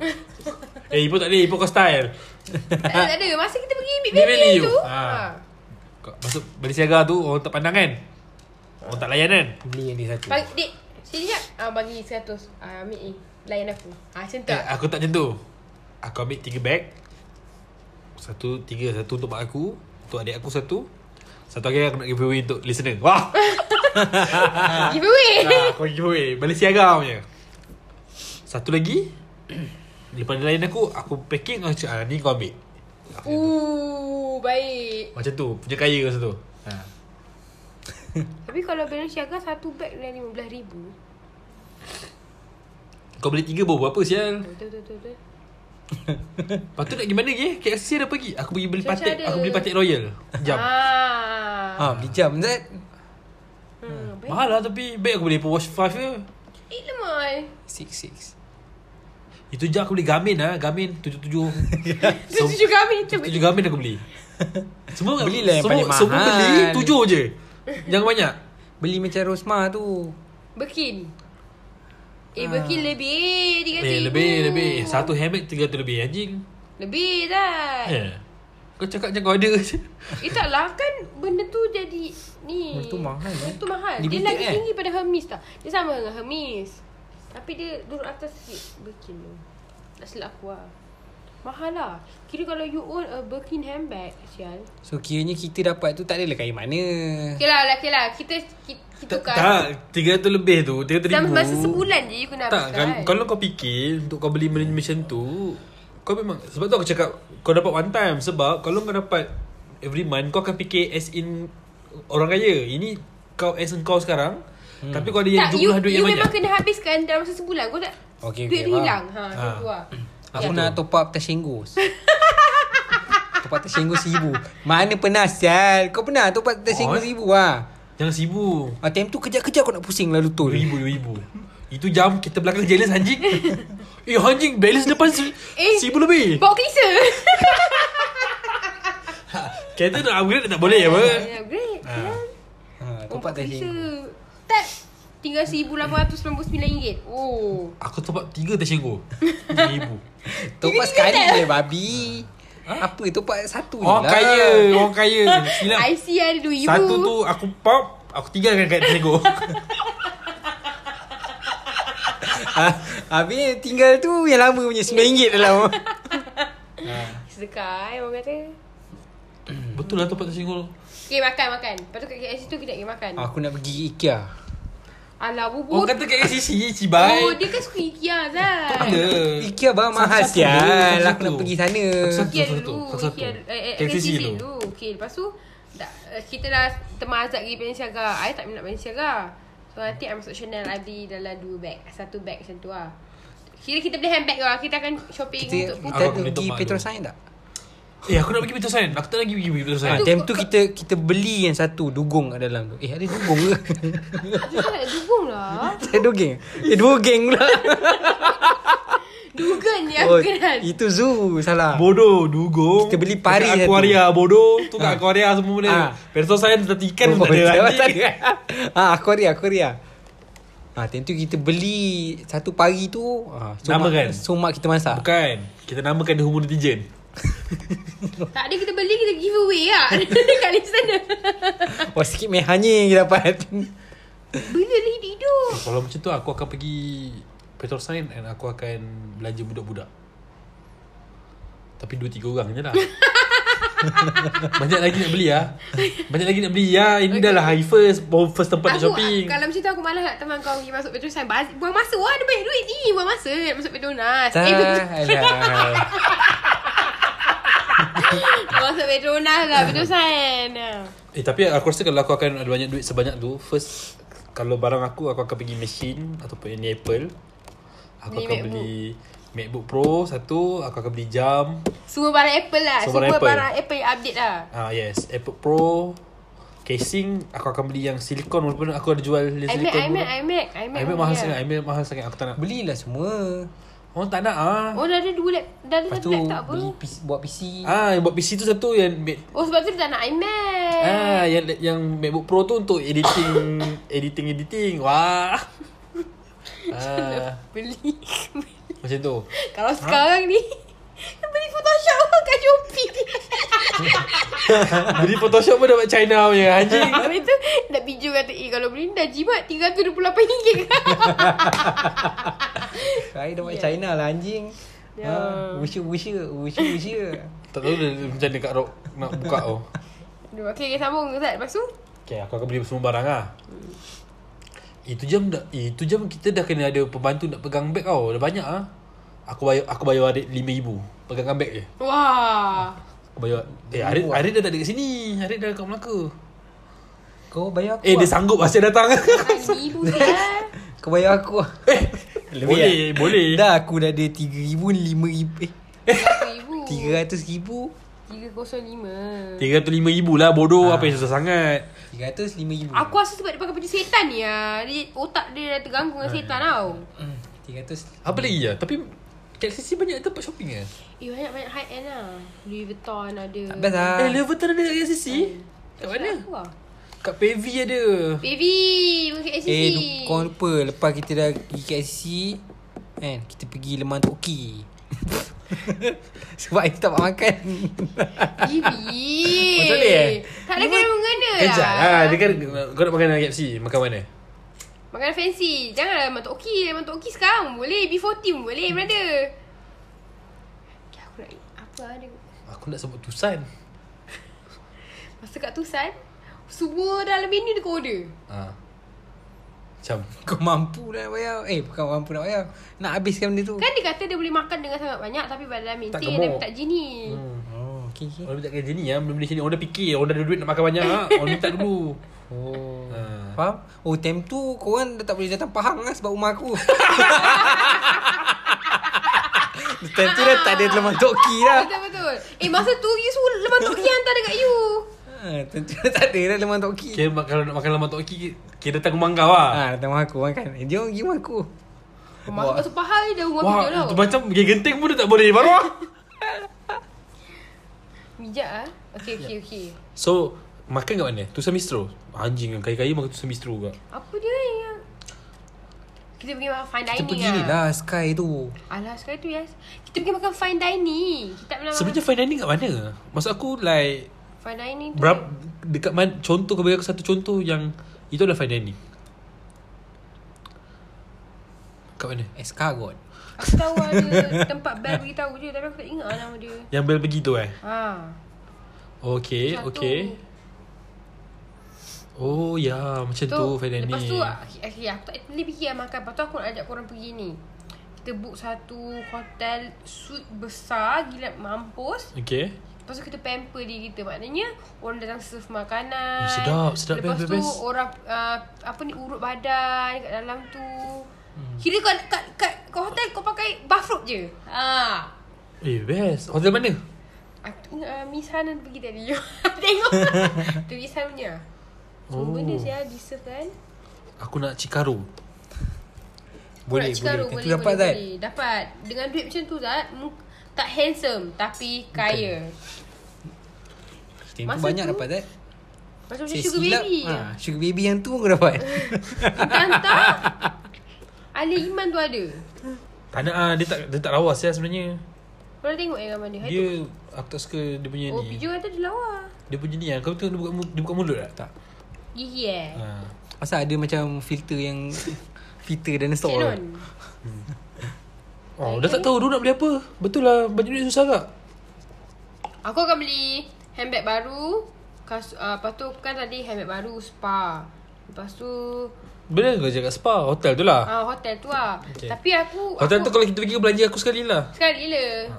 Speaker 2: Eh Ipoh tak ada Ipoh kau style
Speaker 1: Tak ada, tak ada Masa kita pergi Big
Speaker 2: Big
Speaker 1: Valley
Speaker 2: Valley
Speaker 1: tu Ah.
Speaker 2: you.
Speaker 3: Ah.
Speaker 2: Ha. Kau Masuk Balenciaga tu Orang tak pandang kan Orang tak layan kan
Speaker 3: Beli yang ni satu
Speaker 1: Bagi Dek Sini jap ah, Bagi 100 ah, Ambil ni Layan aku ah, Macam tu
Speaker 2: eh, Aku tak macam tu Aku ambil tiga bag Satu Tiga Satu untuk mak aku Untuk adik aku satu Satu lagi aku nak giveaway Untuk listener Wah
Speaker 1: Giveaway
Speaker 2: ah, Aku giveaway Balenciaga punya Satu lagi Daripada layan aku Aku packing Aku cakap ah, Ni kau ambil Aku macam tu.
Speaker 1: Ooh Baik
Speaker 2: Macam tu Punya kaya masa tu ha.
Speaker 1: Tapi kalau Balenciaga Satu bag dah RM15,000
Speaker 2: Kau beli tiga bawa apa sial
Speaker 1: Betul betul betul, betul
Speaker 2: Lepas tu nak pergi mana lagi eh KFC ada pergi Aku pergi beli
Speaker 1: Macam
Speaker 2: patik
Speaker 1: ada. eh.
Speaker 2: Aku beli patik royal Jam
Speaker 1: ah.
Speaker 3: Ha beli jam Zat
Speaker 1: Hmm, baik.
Speaker 2: Mahal lah tapi Baik aku beli Apple Watch 5 je
Speaker 1: Eh lemai
Speaker 3: Six six
Speaker 2: Itu je aku beli Garmin lah Garmin 77
Speaker 1: Itu cucu kami tu
Speaker 2: 7 Garmin aku beli Semua
Speaker 3: Belilah yang
Speaker 2: semua,
Speaker 3: paling
Speaker 2: Semua
Speaker 3: mahal.
Speaker 2: beli 7 je Jangan banyak
Speaker 3: Beli macam Rosma tu
Speaker 1: Bekin Eh Bekin lebih 300
Speaker 2: Ah. Eh lebih lebih Satu helmet 300 lebih anjing
Speaker 1: Lebih dah eh.
Speaker 2: Eh Kau cakap macam kau ada je
Speaker 1: eh tak lah kan Benda tu jadi Ni
Speaker 3: Benda tu
Speaker 2: kan,
Speaker 3: mahal, eh.
Speaker 1: Benda tu mahal Dia
Speaker 3: Limited,
Speaker 1: lagi
Speaker 3: eh.
Speaker 1: tinggi pada Hermes tau Dia sama dengan Hermes Tapi dia duduk atas sikit Bekin tu Tak silap aku lah Mahal lah Kira kalau you own a Birkin handbag Sial
Speaker 3: So kiranya kita dapat tu Tak adalah kain mana
Speaker 1: Okay lah okay lah Kita Kita, kita
Speaker 2: Tak,
Speaker 1: tukar
Speaker 2: tak 300 lebih tu 300 ribu
Speaker 1: kan. Dalam masa sebulan je You kena
Speaker 2: Tak,
Speaker 1: habiskan kan?
Speaker 2: kalau, kalau kau fikir untuk kau beli benda macam tu, kau memang sebab tu aku cakap kau dapat one time sebab kalau kau dapat every month kau akan fikir as in orang kaya. Ini kau as in kau sekarang. Hmm. Tapi kau ada yang
Speaker 1: tak, you,
Speaker 2: jumlah duit
Speaker 1: you
Speaker 2: yang
Speaker 1: memang
Speaker 2: banyak.
Speaker 1: kena habiskan dalam masa sebulan. Kau tak
Speaker 3: Okey,
Speaker 1: duit
Speaker 3: okey,
Speaker 1: tu
Speaker 3: faham.
Speaker 1: hilang. Ha, ha.
Speaker 2: Ha.
Speaker 1: tu lah.
Speaker 3: Aku
Speaker 1: Ya.
Speaker 3: nak top up Tashengos Top up Tashengos seribu Mana pernah sial Kau pernah top up Tashengos
Speaker 2: Oh.
Speaker 3: seribu ha
Speaker 2: Jangan seribu.
Speaker 3: Ah, time tu kejap-kejap kau nak pusing lah lutut
Speaker 2: Dua ribu, dua ribu. Itu jam kita belakang jealous anjing. eh anjing balance depan se- eh, seribu lebih. Ha,
Speaker 1: Bawa kelisa.
Speaker 2: Kereta nak upgrade tak boleh apa.
Speaker 1: Ya, great.
Speaker 2: Ha.
Speaker 1: Ha.
Speaker 3: ha, Top
Speaker 1: Bawa
Speaker 3: up
Speaker 1: kelisa.
Speaker 3: Tashengos
Speaker 1: Tak. Tinggal RM1,899 Oh
Speaker 2: Aku top up 3 tersenggur 3000
Speaker 3: Topak sekali je babi Apa topak satu je
Speaker 2: Orang
Speaker 3: lah
Speaker 2: Oh, kaya Orang kaya Silap
Speaker 1: I see ada RM2,000
Speaker 2: Satu tu aku pop Aku tinggalkan kat tersenggur
Speaker 3: Ha, Habis tinggal tu yang lama punya RM9 dalam
Speaker 1: Sedekah eh orang kata
Speaker 2: Betul lah top up tersenggur
Speaker 1: Okay makan makan Lepas tu kat KFC tu kita nak pergi makan
Speaker 3: Ah, Aku nak pergi IKEA
Speaker 1: Alah bubur
Speaker 2: Ah. Orang kata kat SCC
Speaker 1: Oh
Speaker 2: Cibai
Speaker 1: dia kan suka IKEA Zal
Speaker 2: Ada
Speaker 3: IKEA bang
Speaker 2: Hmm.
Speaker 3: mahal
Speaker 2: Satu-satu
Speaker 3: sial Lah,
Speaker 2: dulu,
Speaker 3: Aku nak
Speaker 2: satu-satu.
Speaker 3: pergi sana
Speaker 2: Satu-satu.
Speaker 1: IKEA dulu
Speaker 2: satu-satu.
Speaker 1: IKEA eh, eh,
Speaker 2: KFC
Speaker 1: KFC
Speaker 2: dulu.
Speaker 1: dulu Okay lepas tu dah, eh, Kita dah teman Azad pergi Balenciaga I tak minat Balenciaga So nanti I masuk Chanel I beli dalam dua bag Satu bag macam tu lah Kira kita beli handbag lah Kita akan shopping
Speaker 3: Kita,
Speaker 1: untuk
Speaker 3: kita
Speaker 1: perempuan
Speaker 2: Aku
Speaker 3: ada
Speaker 2: boleh
Speaker 3: pergi
Speaker 2: topak
Speaker 3: Petrol
Speaker 2: dulu.
Speaker 3: Science tak?
Speaker 2: Eh aku nak pergi Peter San Aku tak lagi pergi Peter San
Speaker 3: Ha,
Speaker 1: Aduh,
Speaker 3: time
Speaker 1: kau-
Speaker 3: tu kita kita beli yang satu dugong kat dalam tu. Eh ada dugong ke?
Speaker 1: Kita nak dukung lah
Speaker 3: Saya dugeng. Eh dua geng pula.
Speaker 1: Dugan ni aku
Speaker 3: Oh,
Speaker 1: kenal
Speaker 3: itu zoo salah.
Speaker 2: Bodoh Dugong
Speaker 3: Kita beli pari
Speaker 2: Dekat
Speaker 3: satu.
Speaker 2: Aquaria Bodoh Tu kat
Speaker 3: Ha.
Speaker 2: Aquaria semua benda
Speaker 3: Ha.
Speaker 2: Peter San Dah ikan pun tak
Speaker 3: Oh,
Speaker 2: ada
Speaker 3: tak
Speaker 2: Kan lagi
Speaker 3: ada. ah, Aquaria, Aquaria. Ah, time tu kita beli satu pari tu, ah,
Speaker 2: Nama kan?
Speaker 3: Sumak kita masak.
Speaker 2: Bukan Kita namakan dia Homo Netizen
Speaker 1: Tak ada kita beli Kita give away lah Dekat listener
Speaker 3: Wah, Oh, sikit meh hanying kita dapat.
Speaker 1: Bila dah hidup
Speaker 2: Kalau macam tu Aku akan pergi Petrol Science And aku akan Belanja budak-budak Tapi dua tiga orang je lah Banyak lagi nak beli lah Banyak lagi nak beli ya Ini dah lah hari first baru First tempat nak
Speaker 1: Aku-
Speaker 2: shopping
Speaker 1: Kalau macam tu aku malas nak teman kau pergi masuk Petrosan. Baz- Buang masa. Wah, ada banyak duit ni. Buang masa nak masuk Petronas.
Speaker 3: Tak.
Speaker 1: Eh, Petronas.
Speaker 3: alah.
Speaker 1: Buang masuk Petronas lah. Petrosan.
Speaker 2: Eh tapi aku rasa kalau aku akan ada banyak duit sebanyak tu First Kalau barang aku Aku akan pergi machine Ataupun ni Apple Aku
Speaker 1: Beli
Speaker 2: akan
Speaker 1: MacBook.
Speaker 2: beli MacBook Pro Satu Aku akan beli jam
Speaker 1: Semua barang Apple lah.
Speaker 2: Semua
Speaker 1: Semua,
Speaker 2: barang Apple.
Speaker 1: barang Apple yang update lah.
Speaker 2: Ah yes MacBook Pro Casing Aku akan beli yang silikon Walaupun aku ada jual yang
Speaker 1: iMac,
Speaker 2: silikon
Speaker 1: iMac, iMac.
Speaker 2: iMac
Speaker 1: iMac,
Speaker 2: mahal
Speaker 1: ni
Speaker 2: sangat
Speaker 1: lah.
Speaker 2: iMac mahal sangat Aku tak nak
Speaker 3: Belilah semua.
Speaker 2: Orang tak nak ah.
Speaker 1: Oh, dah ada dua lap. Dah ada
Speaker 3: Lepas
Speaker 1: satu
Speaker 3: tu
Speaker 1: laptop apa?
Speaker 3: beli PC, buat PC.
Speaker 2: Ah yang buat PC tu satu yang Mac,
Speaker 1: Oh, sebab tu dia tak nak iMac.
Speaker 2: Ah yang yang MacBook Pro tu untuk editing editing editing. Wah. Ah,
Speaker 1: Beli.
Speaker 2: macam tu.
Speaker 1: Kalau sekarang ni. Beli Photoshop lah kat Shopee.
Speaker 2: Jadi Photoshop pun dapat China punya anjing.
Speaker 1: Habis tu dah bijou kata eh kalau beli ni dah jimat RM328
Speaker 3: Saya dah buat China lah anjing.
Speaker 1: Ya.
Speaker 3: Ha, wisha wisha wisha wisha.
Speaker 2: Tak tahu dia macam dekat rock nak buka tu.
Speaker 1: Aduh, Okay, okay sambung Ustaz Lepas tu
Speaker 2: Okay, aku akan beli semua barang lah. Itu jam dah, itu jam kita dah kena ada pembantu nak pegang beg tau. Dah banyak ah. Aku bayar aku bayar Arit 5000 pegang beg je.
Speaker 1: Wah
Speaker 2: Aku bayar eh Arit Arit dah tak ada kat sini. Arit dah kat Melaka.
Speaker 3: Kau bayar aku.
Speaker 2: Eh dia
Speaker 3: ah.
Speaker 2: sanggup asyik datang.
Speaker 1: Ibu dia
Speaker 3: Kau bayar aku. ah.
Speaker 2: Eh, boleh,
Speaker 3: ah.
Speaker 2: boleh.
Speaker 3: Dah aku dah ada 3000 5000 eh
Speaker 1: Ibu
Speaker 3: 300,000
Speaker 1: 305
Speaker 2: 305,000 lah bodoh ha. apa yang susah sangat.
Speaker 3: 305,000
Speaker 1: Aku rasa sebab dia pakai baju setan ni lah dia, Otak dia dah terganggu dengan setan tau
Speaker 3: Hmm, 300
Speaker 2: Apa lagi ya? Tapi kat sisi banyak tempat shopping eh.
Speaker 1: Eh banyak-banyak high end lah Louis Vuitton ada
Speaker 3: Tak best lah
Speaker 2: Eh, Leverton ada kat sisi. Kat mana? Kat Pevi ada.
Speaker 1: lah. Baby Bukan kat
Speaker 3: Eh
Speaker 1: sini
Speaker 3: lu- kau lupa Lepas kita dah pergi KFC Kan Kita pergi lemah toki Sebab aku tak nak makan
Speaker 1: Baby
Speaker 2: Macam ni, eh?
Speaker 1: Tak ada kena mengena
Speaker 2: Kejap
Speaker 1: lah
Speaker 2: lah. Dia kan, kau nak makan dalam KFC, makan mana?
Speaker 1: Makanan fancy Janganlah Mantok Oki Mantok Oki sekarang boleh B40 pun
Speaker 2: Hmm.
Speaker 1: boleh brother Okay aku nak Apa ada
Speaker 2: Aku nak sebut Tusan.
Speaker 1: Masa kat Tusan Semua dalam menu dia kau order
Speaker 2: Ha. Macam
Speaker 3: Kau mampu nak bayar Eh bukan mampu nak bayar Nak habiskan benda tu
Speaker 1: Kan dia kata dia boleh makan dengan sangat banyak Tapi badan
Speaker 2: Tak
Speaker 1: maintain
Speaker 2: gemuk.
Speaker 1: Tapi tak jini hmm.
Speaker 3: Oh okay, okay.
Speaker 2: Orang minta kerja ni ya, belum boleh sini. Orang dah fikir, orang dah ada duit nak makan banyak. ah. Orang minta dulu.
Speaker 3: Oh
Speaker 2: Ha.
Speaker 3: Faham? Oh time tu korang dah tak boleh datang Pahang lah sebab rumah aku Time tu dah tak ada lemah toki
Speaker 2: Ya.
Speaker 3: dah
Speaker 1: Betul-betul Eh masa tu You suruh lemak tu Ki hantar dekat you
Speaker 3: Ha, time tu dah tak ada dah lemah toki
Speaker 2: Kira mak- kalau nak makan dalam Tok Ki, kira datang rumah kau lah.
Speaker 3: Ha, datang rumah aku makan. Eh, Jom pergi rumah aku.
Speaker 1: Masa
Speaker 3: Wah.
Speaker 1: pasal pahal Dia dah rumah
Speaker 2: Wah,
Speaker 1: pinjol tau
Speaker 2: tu macam pergi genting pun dia tak boleh baru. ah.
Speaker 1: Mijak ah. Okay okay okay
Speaker 2: So Makan kat mana? Tusan Bistro Anjing kan Kaya-kaya makan Tusan Bistro kat
Speaker 1: Apa dia yang Kita pergi makan fine
Speaker 3: Kita
Speaker 1: dining
Speaker 3: pergi ni lah Sky tu
Speaker 1: Alah sekarang tu yes Kita pergi makan fine dining Kita tak pernah
Speaker 2: Sebenarnya fine dining kat mana? Maksud aku like
Speaker 1: makan fine dining tu
Speaker 2: berapa dekat mana contoh kau bagi aku satu contoh yang itu adalah fine dining. Kat mana?
Speaker 3: Escargot
Speaker 1: Aku tahu ada tempat Bel beritahu je Tapi aku tak ingat lah nama dia
Speaker 2: Yang Bel pergi tu eh?
Speaker 1: Ha
Speaker 2: Okay,
Speaker 1: satu ni.
Speaker 2: okay. Oh ya, yeah, macam tu, tu fine dining.
Speaker 1: Lepas tu ah. okay, Aku tak boleh fikir lah makan Lepas tu aku nak ajak korang pergi ni Kita book satu hotel Suite besar Gila mampus
Speaker 2: Okay.
Speaker 1: Lepas tu kita pamper diri kita Maknanya Orang datang serve makanan
Speaker 2: Eh, sedap, sedap,
Speaker 1: Lepas
Speaker 2: best,
Speaker 1: tu
Speaker 2: best, best.
Speaker 1: orang uh, Apa ni Urut badan Kat dalam tu hmm. Kira kau kat, kat, kat hotel Kau pakai bathrobe je ha.
Speaker 2: Eh best. Hotel mana?
Speaker 1: Aku tak ingat uh, Miss Han pergi tadi Tengok Tu Miss Han punya Semua
Speaker 2: Oh.
Speaker 1: oh. benda saya di serve kan
Speaker 2: Aku nak Cikaru.
Speaker 3: Boleh
Speaker 1: Nak cakap
Speaker 3: boleh
Speaker 1: tu,
Speaker 3: Itu dapat tak
Speaker 1: boleh. Dapat Dengan duit macam tu Zat mu- Tak handsome Tapi kaya
Speaker 3: Yang tu
Speaker 1: Masa
Speaker 3: banyak
Speaker 1: tu,
Speaker 3: dapat tak
Speaker 1: Macam
Speaker 3: Saya
Speaker 1: macam sugar
Speaker 3: silap,
Speaker 1: baby
Speaker 2: Ah.
Speaker 3: ha, Sugar baby yang tu pun kau dapat
Speaker 1: Entah entah Ali Iman tu ada
Speaker 2: Tak nak ah, dia tak dia tak lawas ya sebenarnya.
Speaker 1: Korang tengok eh gambar dia Hai tu.
Speaker 2: Dia aku tak suka dia punya
Speaker 1: Oh
Speaker 2: ni.
Speaker 1: Pijo kata dia lawa
Speaker 2: Dia punya ni ah. Kau tu dia buka mu- dia buka mulut tak? Tak.
Speaker 1: Gigi eh
Speaker 2: Ha.
Speaker 3: Masa ada macam filter yang Filter dan
Speaker 1: Cik
Speaker 3: store
Speaker 2: lah.
Speaker 1: Non
Speaker 2: Oh,
Speaker 1: Eh.
Speaker 2: dah tak tahu dia nak beli apa. Betul lah baju duit susah tak?
Speaker 1: Aku akan beli Handbag baru kas, uh, Lepas tu kan tadi handbag baru Spa Lepas tu
Speaker 2: Bila kau jaga spa, hotel tu lah.
Speaker 1: uh, Hotel tu lah
Speaker 2: Okay.
Speaker 1: Tapi aku
Speaker 2: Hotel
Speaker 1: aku,
Speaker 2: tu kalau kita pergi belanja aku sekali lah.
Speaker 1: Sekali gila ha.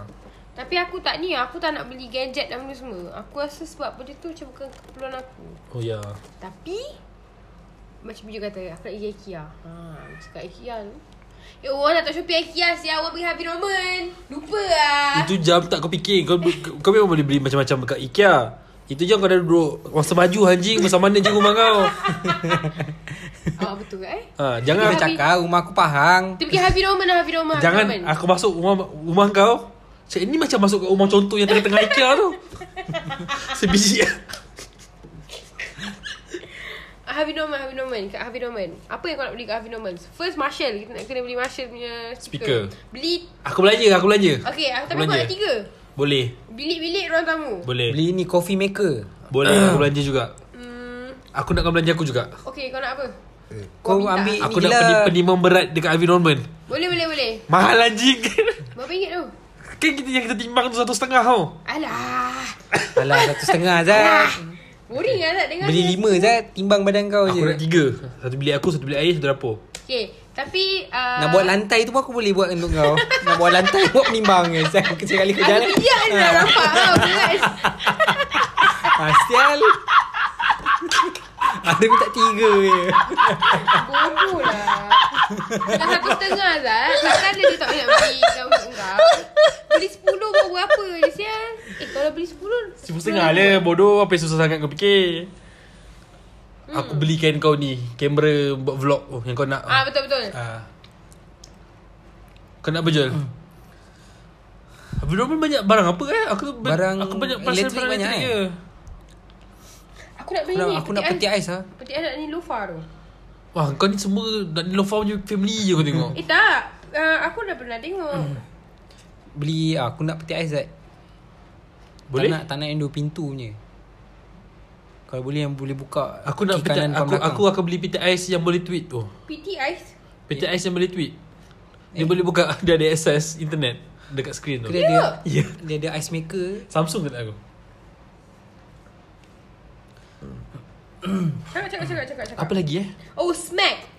Speaker 1: Tapi aku tak ni Aku tak nak beli gadget dan benda semua Aku rasa sebab benda tu macam bukan keperluan aku
Speaker 2: Oh ya.
Speaker 1: Tapi Macam Biju kata Aku nak pergi IKEA ha, Macam kat IKEA tu Ya Allah nak tak shopping IKEA Siapa awak pergi Harvey Norman Lupa lah
Speaker 2: Itu jam tak kau fikir. Kau kau memang boleh beli macam-macam dekat IKEA. Itu jam kau dah duduk masa baju anjing masa mana je rumah kau.
Speaker 1: Awak betul kan eh
Speaker 2: Ha,
Speaker 3: Jangan
Speaker 2: jangan
Speaker 1: Tapi-
Speaker 3: cakap rumah aku Pahang
Speaker 1: Kita pergi Harvey Norman lah Harvey Norman Harvey
Speaker 2: Jangan
Speaker 1: Norman.
Speaker 2: aku masuk rumah rumah kau. Cik ini macam masuk kat rumah contoh yang tengah-tengah IKEA tu. Sebiji.
Speaker 1: Ah, Harvey Norman Harvey Norman Kat Harvey Norman Apa yang kau nak beli kat Harvey Norman First Marshall Kita nak kena beli Marshall punya
Speaker 2: Speaker.
Speaker 1: speaker, Beli
Speaker 2: Aku belanja, aku belanja.
Speaker 1: Okay aku tapi
Speaker 2: Belanja.
Speaker 1: aku nak tiga
Speaker 2: Boleh.
Speaker 1: Bilik-bilik ruang tamu
Speaker 2: Boleh.
Speaker 3: Beli ni coffee maker
Speaker 2: Boleh aku belanja juga.
Speaker 1: hmm,
Speaker 2: Aku nak kau belanja aku juga.
Speaker 1: Okay kau nak apa
Speaker 3: Kau
Speaker 1: minta.
Speaker 3: ambil
Speaker 2: Aku
Speaker 3: ni
Speaker 2: nak
Speaker 3: lah.
Speaker 2: penim penimang berat dekat Harvey Norman.
Speaker 1: Boleh boleh boleh
Speaker 2: Mahal anjing.
Speaker 1: Berapa ringgit tu
Speaker 2: kan kita yang kita timbang tu satu setengah tau.
Speaker 1: Alah
Speaker 3: Alah satu setengah Zat
Speaker 1: Boring lah tak dengar ni.
Speaker 3: Beli lima Zat Timbang badan kau
Speaker 2: Aku nak
Speaker 3: je
Speaker 2: tiga. Satu bilik aku, satu bilik air, satu dapur.
Speaker 1: Okay Tapi uh,
Speaker 3: Nak buat lantai tu pun aku boleh buat untuk kau Nak buat lantai buat penimbang je Zat Aku kecil kali
Speaker 1: Aku
Speaker 3: kau jalan Ah.
Speaker 1: pijak je dah nampak tau Berat
Speaker 3: ha, Sial Ada minta tiga eh. je
Speaker 1: Bodoh lah Dah satu setengah lah Takkan dia tak banyak beli Kau engkau Beli sepuluh buat berapa je sial Eh kalau beli sepuluh
Speaker 2: Sibuk setengah lah bodoh. Apa yang susah sangat kau fikir. Aku belikan kau ni kamera buat vlog oh, yang kau nak.
Speaker 1: Ah betul-betul
Speaker 2: Ah. Kau nak berjual? Hmm. Habis Norman banyak barang apa eh? Aku ba-
Speaker 3: Barang
Speaker 2: aku banyak pasal
Speaker 3: elektrik
Speaker 2: barang
Speaker 3: banyak,
Speaker 2: elektrik
Speaker 3: eh?
Speaker 2: eh.
Speaker 1: Aku nak beli
Speaker 3: Aku nak,
Speaker 1: ni
Speaker 3: aku nak peti ais lah
Speaker 1: Peti ais nak ni lofa tu
Speaker 2: Wah, kau ni semua nak Nilofa punya family je kau tengok.
Speaker 3: Hmm.
Speaker 1: Eh tak uh, Aku dah pernah tengok
Speaker 3: Beli ah, Aku nak peti ais Zat
Speaker 2: Boleh?
Speaker 3: Tak nak, tak nak yang dua pintu punya Kalau boleh yang boleh buka
Speaker 2: Aku nak
Speaker 3: kiri
Speaker 2: pita,
Speaker 3: kanan depan
Speaker 2: aku
Speaker 3: belakang.
Speaker 2: aku akan beli pita ais yang boleh tweet tu.
Speaker 1: Peti ais
Speaker 2: Pita
Speaker 3: Ya.
Speaker 2: ais yang boleh tweet. Dia boleh buka dia ada access internet dekat screen tu.
Speaker 3: Kira dia,
Speaker 2: Ya.
Speaker 3: dia ada ice maker
Speaker 2: Samsung ke tak aku?
Speaker 1: Cakap cakap cakap cakap cakap
Speaker 2: Apa lagi eh?
Speaker 1: Oh smack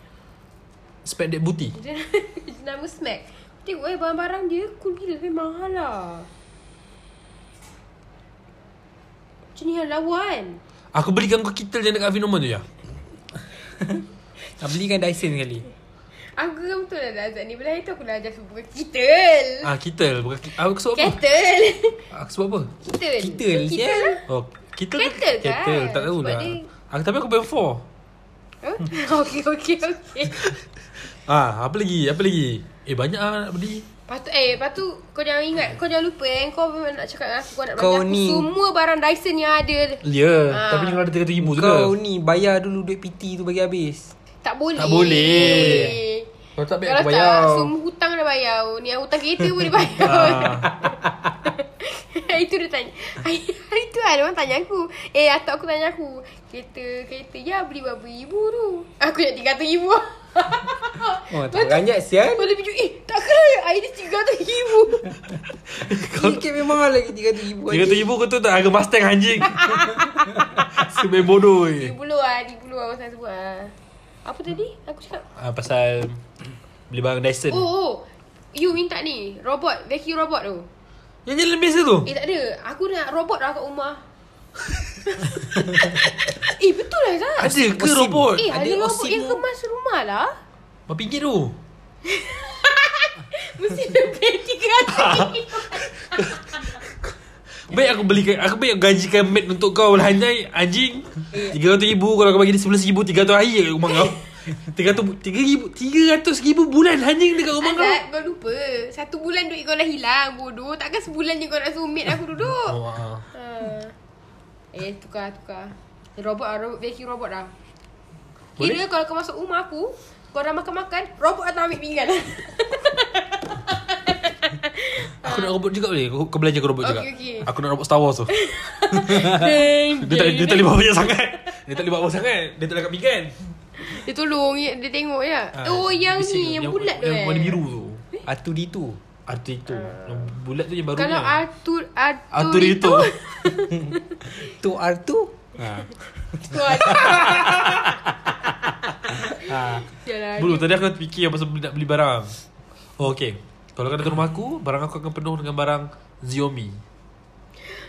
Speaker 2: Spec that booty.
Speaker 1: Dia dia nama smack Tengok eh barang-barang dia Cool gila Tapi mahal lah Macam ni yang lawa kan
Speaker 2: Aku belikan kau kitel yang dekat Avinoman tu ya.
Speaker 1: Eh.
Speaker 3: Nak belikan Dyson sekali
Speaker 1: Aku kan betul lah Azad ni Bila hari tu aku dah ajar Sebab kitel
Speaker 2: Ah kitel bukan ki- ah, aku sebab apa?
Speaker 1: Kettle
Speaker 2: Aku sebab apa?
Speaker 1: Kitel
Speaker 3: Kitel, ya? sial.
Speaker 1: lah
Speaker 2: Oh, kitel
Speaker 1: Kettle kan?
Speaker 2: Kitel tak tahulah.
Speaker 1: Sebab dia-
Speaker 2: Aku tapi aku band 4.
Speaker 1: Huh? Okay okay okay
Speaker 2: Ah, apa lagi? Apa lagi? Eh banyak ah nak beli.
Speaker 1: Lepas tu eh Lepas tu Kau jangan ingat Kau jangan lupa eh Kau memang nak cakap dengan aku Kau nak
Speaker 3: Kau
Speaker 1: belanja aku
Speaker 3: ni-
Speaker 1: Semua barang Dyson yang ada
Speaker 2: Ya, yeah,
Speaker 1: Ah.
Speaker 2: tapi jangan ada 300 ribu tu lah.
Speaker 3: Kau ni bayar dulu duit PT tu bagi habis
Speaker 1: Tak boleh
Speaker 2: Tak boleh. Kalau tak baik
Speaker 1: Kalau
Speaker 2: aku
Speaker 1: tak
Speaker 2: bayar
Speaker 1: Semua hutang dah bayar Ni yang hutang kereta pun dia bayar Hari tu dia tanya Hari, hari tu lah Dia orang tanya aku Eh atuk aku tanya aku Kereta Kereta Ya beli berapa ribu tu Aku nak 300 ribu
Speaker 3: Oh, tak ranjat sial.
Speaker 1: Boleh biju Eh tak kena Air dia 300 ribu
Speaker 3: Sikit memang lah lagi 300 ribu.
Speaker 2: Tiga tu ibu kau tu tak harga Mustang anjing Sebaik bodoh eh.
Speaker 1: Ribu lu lah Ribu lu lah Masa sebut lah Apa tadi Aku cakap
Speaker 2: ah, Pasal Beli barang Dyson
Speaker 1: Oh oh You minta ni Robot Vacuum robot tu
Speaker 2: Yang jalan biasa tu
Speaker 1: Eh tak ada Aku nak robot lah kat rumah Eh betul lah Zat
Speaker 2: Ada ke
Speaker 3: Osim.
Speaker 2: robot
Speaker 1: Eh ada,
Speaker 3: Ada
Speaker 1: robot
Speaker 3: osim
Speaker 1: yang
Speaker 3: tu.
Speaker 1: kemas rumah lah
Speaker 2: Berapa ringgit tu
Speaker 1: Mesti lebih 300
Speaker 2: Baik aku belikan Aku baik aku gajikan maid untuk kau lah Anjay Anjing 300 ribu Kalau kau bagi dia 11 ribu 300 hari kat rumah kau 300 ribu 300 ribu bulan anjing dekat rumah kau
Speaker 1: Azat kau lupa Satu bulan duit kau dah hilang Bodoh Takkan sebulan je kau nak suruh maid aku duduk
Speaker 2: Oh, ah.
Speaker 1: ha. Eh tukar tukar Robot lah robot, Vacuum robot lah
Speaker 2: Boleh?
Speaker 1: Kira kalau kau masuk rumah aku Kau dah makan-makan Robot datang ambil pinggan
Speaker 2: Aku nak robot juga boleh Kau, kau belanja aku robot
Speaker 1: Okey,
Speaker 2: juga
Speaker 1: okey.
Speaker 2: Aku nak robot Star Wars tu Dia tak, dia tak boleh bawa banyak sangat Dia tak boleh bawa sangat Dia tak dekat pinggan
Speaker 1: Dia tolong ya, Dia dia tengok je
Speaker 2: Ah,
Speaker 1: Oh yang
Speaker 2: bising
Speaker 1: ni Yang bulat tu
Speaker 2: Yang
Speaker 1: eh
Speaker 2: warna biru tu
Speaker 3: Atu di tu.
Speaker 2: Arti itu Yang bulat tu yang baru
Speaker 1: Kalau Artur Artur
Speaker 2: Arturito
Speaker 1: itu
Speaker 3: Tu R2.
Speaker 2: ha. Ah.
Speaker 3: Ha.
Speaker 1: Yalah
Speaker 2: Bulu tadi aku dah fikir Pasal beli- nak beli barang Oh okay Kalau kau datang rumah aku Barang aku akan penuh dengan barang Xiaomi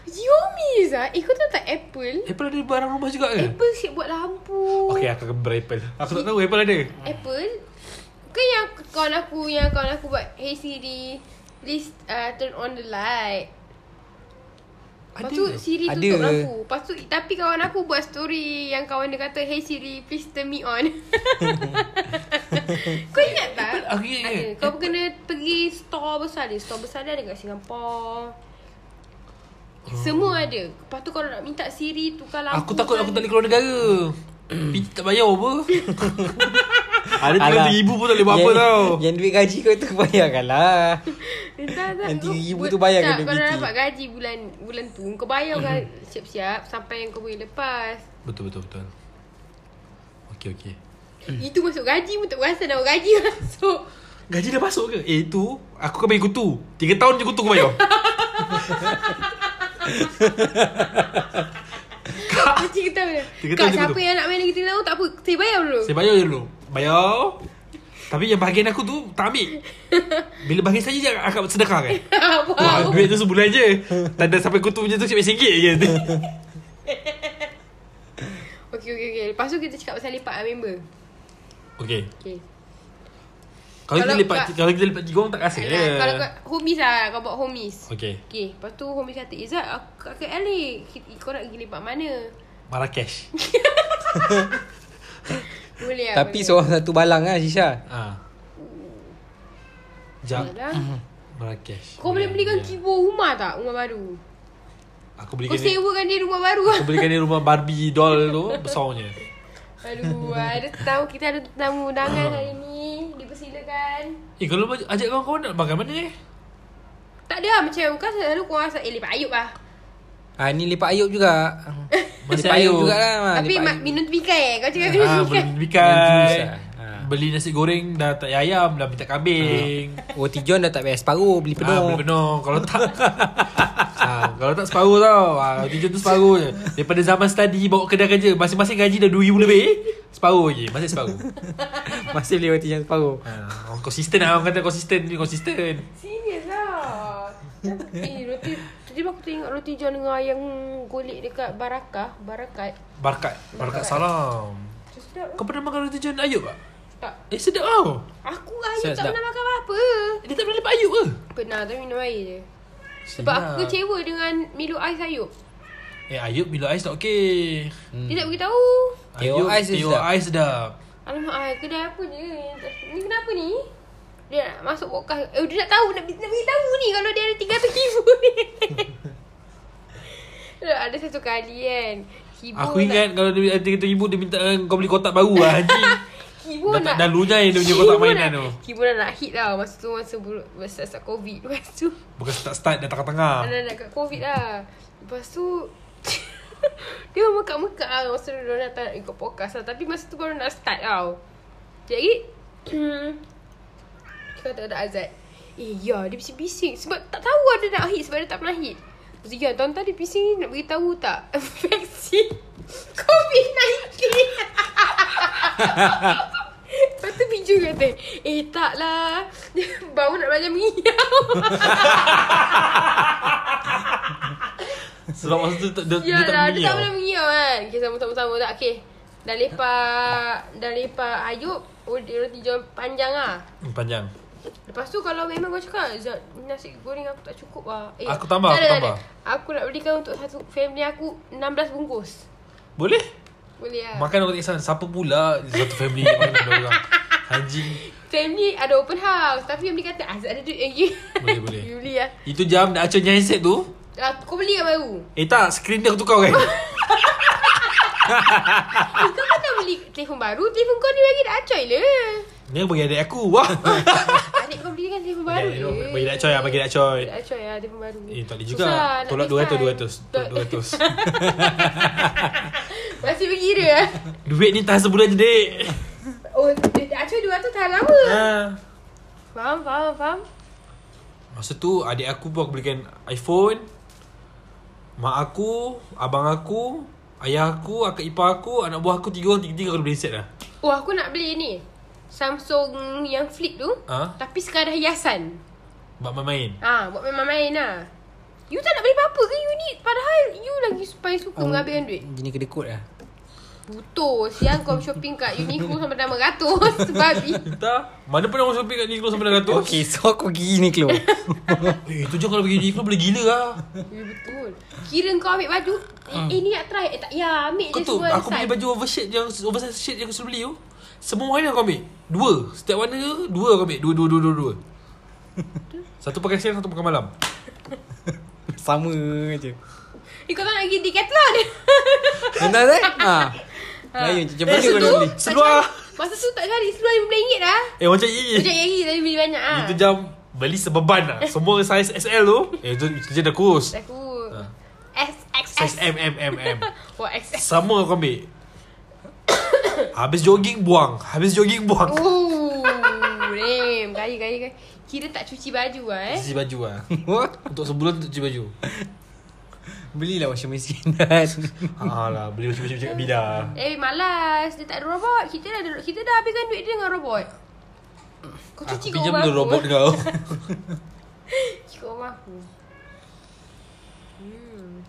Speaker 1: Xiaomi Zah Eh kau tahu tak Apple
Speaker 2: Apple ada barang rumah juga ke?
Speaker 1: Apple siap buat lampu
Speaker 2: Eh. Okay aku akan ber-Apple Aku tak tahu Apple ada
Speaker 1: Apple Ke yang kawan aku Yang kawan aku buat Hey Siri Please uh, turn on the light Lepas tu
Speaker 2: Ada
Speaker 1: Siri
Speaker 3: Ada.
Speaker 1: tutup lampu Lepas tu Tapi kawan aku buat story Yang kawan dia kata Hey Siri please turn me on Kau ingat tak?
Speaker 2: Apple, aku ingat,
Speaker 1: Ada
Speaker 2: ingat.
Speaker 1: Kau kena pergi store besar dia Store besar dia ada kat Singapore Semua ada Lepas tu kalau nak minta Siri tukar lampu
Speaker 2: Oh. Aku takut aku
Speaker 1: kan.
Speaker 2: tak boleh keluar negara Pintu tak bayar apa Ada
Speaker 3: Alah.
Speaker 2: 300 ribu pun tak boleh buat apa
Speaker 3: Yang-
Speaker 2: tau
Speaker 3: Yang duit gaji kau tu bayarkan lah.
Speaker 1: Entah tak
Speaker 3: Yang
Speaker 1: kau-
Speaker 3: 3,000
Speaker 1: bu-
Speaker 3: tu bayar
Speaker 1: tak,
Speaker 3: kena
Speaker 1: Kau dah
Speaker 3: BT.
Speaker 1: dapat gaji bulan bulan tu Kau bayar kan
Speaker 2: Hmm.
Speaker 1: siap-siap Sampai yang kau boleh lepas
Speaker 2: Betul betul betul Okay okay Hmm.
Speaker 1: Itu masuk gaji pun tak perasan Dah gaji masuk
Speaker 2: Gaji dah masuk ke? Eh tu Aku kan bagi kutu 3 tahun je kutu aku bayar
Speaker 1: Macam kita boleh
Speaker 2: Tiga
Speaker 1: Kak
Speaker 2: tahun je
Speaker 1: siapa
Speaker 2: betul.
Speaker 1: yang nak main lagi tiga tahun Tak apa Saya bayar dulu
Speaker 2: Saya bayar je dulu Bayar Tapi yang bahagian aku tu Tak ambil Bila bahagian saya je Akak sedekah kan Wah
Speaker 1: Wow
Speaker 2: duit tu sebulan je Tak ada sampai kutu macam tu Cik RM1 je
Speaker 1: Okay okay okay Lepas tu kita cakap pasal lipat lah member
Speaker 2: Okay
Speaker 1: Okay
Speaker 2: Kalau, kita
Speaker 1: Kalau
Speaker 2: lepak
Speaker 1: kau-
Speaker 2: Kalau kita lepak tiga orang tak Ya. rasa
Speaker 1: Alah,
Speaker 2: je
Speaker 1: Kalau kau Homies lah Kau buat homies
Speaker 2: Okay
Speaker 1: Okay Lepas tu homies kata Izzat aku, Kakak Alik ki- Kau nak pergi lipat mana
Speaker 2: Marrakesh
Speaker 1: Boleh lah
Speaker 3: Tapi
Speaker 1: boleh.
Speaker 3: seorang satu balang lah Shisha.
Speaker 2: ha. Jap Mm-hmm.
Speaker 1: Yalah.
Speaker 2: Marrakesh
Speaker 1: Kau lah. boleh belikan keyboard rumah tak? Rumah baru
Speaker 2: Aku
Speaker 1: Kau
Speaker 2: belikan dia
Speaker 1: sewakan dia rumah baru lah
Speaker 2: Aku belikan dia rumah Barbie doll tu Besarnya
Speaker 1: Aduh, ada tetamu kita ada tetamu undangan hari ni. Dipersilakan.
Speaker 2: Eh kalau baj- ajak kawan-kawan nak makan mana eh
Speaker 1: Tak ada lah macam kau selalu kau rasa eh lepak ayub lah.
Speaker 3: Ha, ni lepak Ayub juga.
Speaker 2: Masih
Speaker 3: lepak Ayub
Speaker 2: Ayub.
Speaker 3: jugalah. Ma.
Speaker 1: Tapi
Speaker 3: lepak
Speaker 1: mak,
Speaker 3: Ayub.
Speaker 1: minum tepikai eh. Kau
Speaker 3: Kan?
Speaker 1: cakap minum
Speaker 2: Ah,
Speaker 1: tepikai.
Speaker 2: beli
Speaker 3: Dengan
Speaker 2: bikai.
Speaker 3: jus lah. Ah.
Speaker 2: Beli nasi goreng dah tak payah ayam, dah minta kambing.
Speaker 3: Oh, Tijon dah tak bayar separuh. Beli
Speaker 2: Ah, beli
Speaker 3: penuh.
Speaker 2: penuh. Kalau tak ah, kalau tak separuh tau. Ah, tujuh tu separuh je. Daripada zaman study bawa kedai kerja, masing-masing gaji dah 2000 lebih, separuh je, masih separuh.
Speaker 3: Masih beli roti jam separuh.
Speaker 2: Ah, orang konsisten ah, orang kata konsisten, ni konsisten.
Speaker 1: Serius lah. eh, roti tadi aku tengok roti john dengan ayam golek dekat Barakah, Barakat.
Speaker 2: Barkat, barkat salam.
Speaker 1: Macam sedap lah.
Speaker 2: Kau pernah makan roti john Ayub tak?
Speaker 1: tak?
Speaker 2: Eh sedap tau.
Speaker 1: Aku ayub
Speaker 3: Sedap,
Speaker 1: tak
Speaker 3: sedap.
Speaker 1: pernah makan apa-apa.
Speaker 2: Dia tak pernah lepak Ayub ke?
Speaker 1: Pernah tapi minum air je. Sebab aku
Speaker 2: Sedap.
Speaker 1: kecewa dengan Milo Ais Ayub.
Speaker 2: Eh Ayub bila ais tak okey.
Speaker 1: Dia tak beritahu.
Speaker 3: Hmm. Teh ais dia
Speaker 2: Teo
Speaker 3: sedap.
Speaker 2: ais sedap.
Speaker 1: Alamak, ah, kedai apa dia? yang tak- Ni kenapa ni? Dia nak masuk podcast. Eh, dia nak tahu, nak, nak beritahu ni kalau dia ada 300 ribu ni. Look, ada satu kali kan. Hibur
Speaker 2: Aku ingat kalau dia ada 3000 dia minta eh, kau beli kotak baru lah haji.
Speaker 1: Tak, Kibo
Speaker 2: Dah tak
Speaker 1: nak
Speaker 2: dalunya yang dia punya
Speaker 1: Kibo
Speaker 2: kotak mainan
Speaker 1: nak-
Speaker 2: tu.
Speaker 1: Kibo dah nak hit lah Masa tu masa bulu, masa start covid Lepas tu
Speaker 2: Bukan start-start Dah tengah-tengah
Speaker 1: Anak nak kat covid lah Lepas tu Dia mekak-mekak lah Masa tu dia tak nak ikut podcast lah Tapi masa tu baru nak start tau Jadi Dia kata ada Azad Eh ya dia bising-bising Sebab tak tahu ada nak hit Sebab dia tak pernah hit Lepas tu ya tuan tadi bising ni Nak beritahu tak Vaksin COVID-19 Lepas tu Biju kata Eh tak lah Baru nak belajar mengiau
Speaker 2: Sebab masa tu tak- Dia, dia
Speaker 1: Yalah,
Speaker 2: tak bunyi
Speaker 1: dia tak pernah
Speaker 2: tau.
Speaker 1: mengiau kan. Okay, sama-sama-sama tak. Okay. Dah lepak, dah lepak Ayub, oh, dia roti john panjang lah.
Speaker 2: Hmm, Panjang
Speaker 1: Lepas tu kalau memang kau cakap, Zat, nasi goreng aku tak cukup lah. Eh,
Speaker 2: Aku tambah,
Speaker 1: tak
Speaker 2: aku
Speaker 1: ada,
Speaker 2: tambah.
Speaker 1: tak ada. Aku nak belikan untuk satu family aku 16 bungkus.
Speaker 2: Boleh
Speaker 1: Boleh lah.
Speaker 2: Makan aku tak kisah Siapa pula Satu family yang Makan dua orang Anjing
Speaker 1: family ada open house. Tapi family kata, Azat ada duit lagi.
Speaker 2: Boleh, boleh.
Speaker 1: you beli lah.
Speaker 2: Itu jam Nak acun handset tu
Speaker 1: Ah, kau beli yang baru.
Speaker 2: Eh tak Screen dia aku tukar kan
Speaker 1: Eh, kau kan dah beli telefon baru, telefon kau ni lagi dah acoy lah.
Speaker 2: Ni bagi adik aku Wah
Speaker 1: Adik kau belikan telefon baru eh?
Speaker 2: Bagi-
Speaker 1: je.
Speaker 2: Bagi dak coy lah Bagi dak coy
Speaker 1: Tak coy lah Telefon baru
Speaker 2: Eh tak boleh juga
Speaker 1: Susah nak kan?
Speaker 2: Tolak
Speaker 1: design.
Speaker 2: 200 200 Tolak 200
Speaker 1: Masih berkira eh?
Speaker 2: Duit ni tahan sebulan je dek
Speaker 1: Oh Dah coy 200 tahan lama
Speaker 2: ha.
Speaker 1: Faham faham faham
Speaker 2: Masa tu adik aku pun aku belikan iPhone Mak aku Abang aku Ayah aku Akak ipar aku Anak buah aku Tiga orang tiga-tiga aku dah beli handset dah
Speaker 1: Oh aku nak beli ni Samsung yang flip tu
Speaker 2: Ha?
Speaker 1: Tapi sekadar hiasan
Speaker 2: Buat main-main
Speaker 1: Ah, Buat main-main lah You tak nak beli apa-apa ke you ni Padahal you lagi paling suka
Speaker 3: Um,
Speaker 1: menghabiskan duit
Speaker 3: Gini kedai kot lah
Speaker 1: Butuh Siang kau shopping kat Uniqlo sampai dah meratus Babi
Speaker 2: Entah Mana pernah orang shopping kat Uniqlo sampai dah ratus
Speaker 3: Okay so aku pergi ni keluar
Speaker 2: Eh tu je kalau pergi Uniqlo boleh gila lah
Speaker 1: Ya betul Kira kau ambil baju eh, eh ni nak try Eh tak ya ambil
Speaker 2: Kau
Speaker 1: je
Speaker 2: tu
Speaker 1: semua
Speaker 2: Ah. aku
Speaker 1: size.
Speaker 2: beli baju oversize yang oversize shade yang aku selalu beli tu Semua warna aku ambil Dua Setiap warna tu, dua aku ambil Dua dua dua dua dua Satu pakai siang satu pakai malam
Speaker 3: Sama je
Speaker 1: Eh kau tak nak pergi Decathlon
Speaker 3: Entah tak? Ha Lain macam mana
Speaker 1: Masa
Speaker 3: kau
Speaker 1: tu
Speaker 3: nak beli
Speaker 1: tak
Speaker 2: Seluar.
Speaker 1: cari- Masa tu tak cari Seluar RM15 dah
Speaker 2: Eh macam ini
Speaker 1: Macam yang ni tadi beli banyak ah.
Speaker 2: Itu jam Beli sebeban lah Semua saiz SL tu Eh tu kerja dah kurus
Speaker 1: Aku
Speaker 2: Ha.
Speaker 1: SXS
Speaker 2: Saiz M M M M
Speaker 1: Wah XS
Speaker 2: Sama aku ambil Habis jogging buang Habis jogging buang
Speaker 1: Ooh Damn Oh, Gaya gaya gaya Kira tak cuci baju lah eh
Speaker 2: Cuci baju lah
Speaker 3: Wah
Speaker 2: Untuk sebulan untuk cuci baju
Speaker 3: Belilah washing machine dan
Speaker 2: Alah beli baju baju kat bidah
Speaker 1: Eh malas Dia tak ada robot Kita dah ada- kita dah habiskan duit dia dengan robot Kau
Speaker 2: Aku
Speaker 1: cuci kat
Speaker 2: pinjam
Speaker 1: rumah
Speaker 2: dulu
Speaker 1: aku eh.
Speaker 2: robot kau
Speaker 1: Cuci kat rumah aku Hmm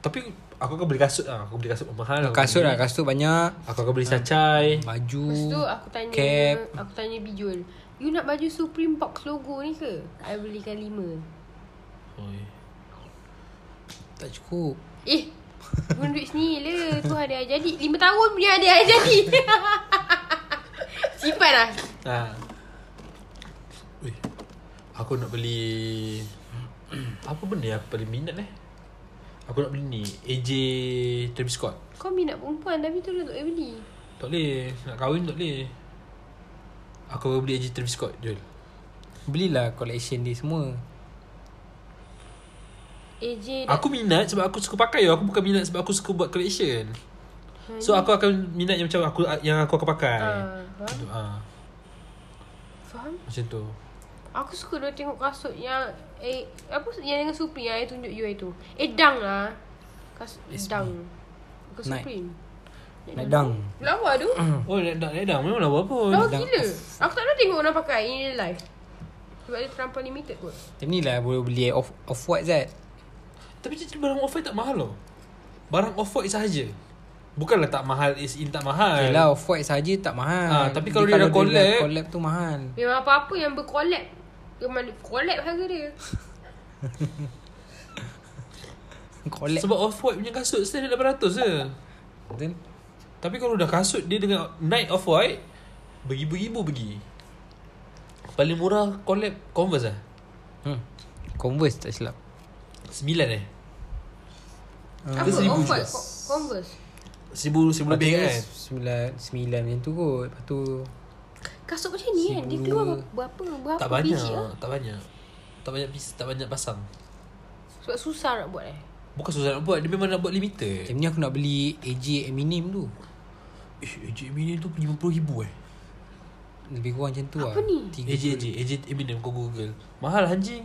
Speaker 2: Tapi aku akan beli kasut lah Aku beli kasut mahal aku
Speaker 3: Kasut
Speaker 2: beli.
Speaker 3: lah Kasut banyak
Speaker 2: Aku akan beli sacai
Speaker 3: Baju
Speaker 1: Lepas tu aku tanya
Speaker 3: Hmm. Cap
Speaker 1: Aku tanya Bijul You nak baju Supreme Box logo ni ke? I belikan lima
Speaker 2: Oi.
Speaker 3: Tak cukup
Speaker 1: Eh Guna duit sini le Tuhan dia jadi Lima tahun punya dia ada jadi Simpan lah
Speaker 3: Ha
Speaker 2: Ui. Aku nak beli Apa benda yang aku paling minat eh Aku nak beli ni AJ Travis Scott
Speaker 1: Kau minat perempuan Tapi tu untuk beli
Speaker 2: Tak boleh Nak kahwin tak boleh Aku akan beli AJ Travis Scott Jol
Speaker 3: Belilah collection dia semua
Speaker 1: AJ dah-
Speaker 2: Aku minat sebab aku suka pakai yo. Aku bukan minat sebab aku suka buat collection So aku akan minat yang macam aku yang aku akan pakai
Speaker 1: Ah,
Speaker 2: Untuk, ah,
Speaker 1: Faham?
Speaker 2: Macam tu
Speaker 1: Aku suka dia tengok kasut yang Eh Apa yang dengan Supreme Yang I tunjuk you itu Eh dang lah Kasut dang Bukan
Speaker 3: Night.
Speaker 1: Supreme
Speaker 3: Nak dang
Speaker 1: Lawa tu
Speaker 2: Oh nak nak dah memang lawa pun
Speaker 1: Lawa
Speaker 3: Dang.
Speaker 1: Oh, gila Aku tak pernah tengok orang pakai In real life Sebab dia terlampau limited kot
Speaker 3: Macam ni lah boleh beli off, off-white Zat
Speaker 2: Tapi jadi barang off-white tak mahal loh Barang off-white sahaja Bukanlah tak mahal is in tak mahal
Speaker 3: Yelah off-white saja tak mahal
Speaker 2: Ah, tapi kalau dia dah collab-
Speaker 3: collab tu mahal
Speaker 1: Memang apa-apa yang berkolab Memang dia collab harga dia
Speaker 3: Collab kan?
Speaker 2: Sebab off-white punya kasut Stand dia 800 je
Speaker 3: Then,
Speaker 2: Tapi kalau dah kasut Dia dengan night off-white Beribu-ribu pergi Paling murah collab Converse lah
Speaker 3: hmm. Converse tak silap
Speaker 2: Sembilan eh
Speaker 1: Apa
Speaker 2: seribu
Speaker 3: Ah.
Speaker 1: off-white
Speaker 2: juga.
Speaker 1: co- Oh, converse
Speaker 2: Seribu Seribu lebih kan
Speaker 3: Sembilan Sembilan macam tu kot Lepas tu
Speaker 1: Kasut macam ni kan Dia
Speaker 3: Seribu.
Speaker 1: keluar berapa Berapa
Speaker 2: Tak banyak
Speaker 1: biji lah
Speaker 2: Tak banyak Tak banyak pis, Tak banyak pasang
Speaker 1: Sebab susah nak buat eh
Speaker 2: Bukan susah nak buat Dia memang nak buat limited
Speaker 3: Macam ni aku nak beli AJ Eminem tu
Speaker 2: Eh AJ Eminem tu RM50,000 eh
Speaker 3: Lebih kurang macam tu lah
Speaker 1: Apa ni?
Speaker 3: Tiga
Speaker 2: AJ AJ AJ Eminem kau google Mahal anjing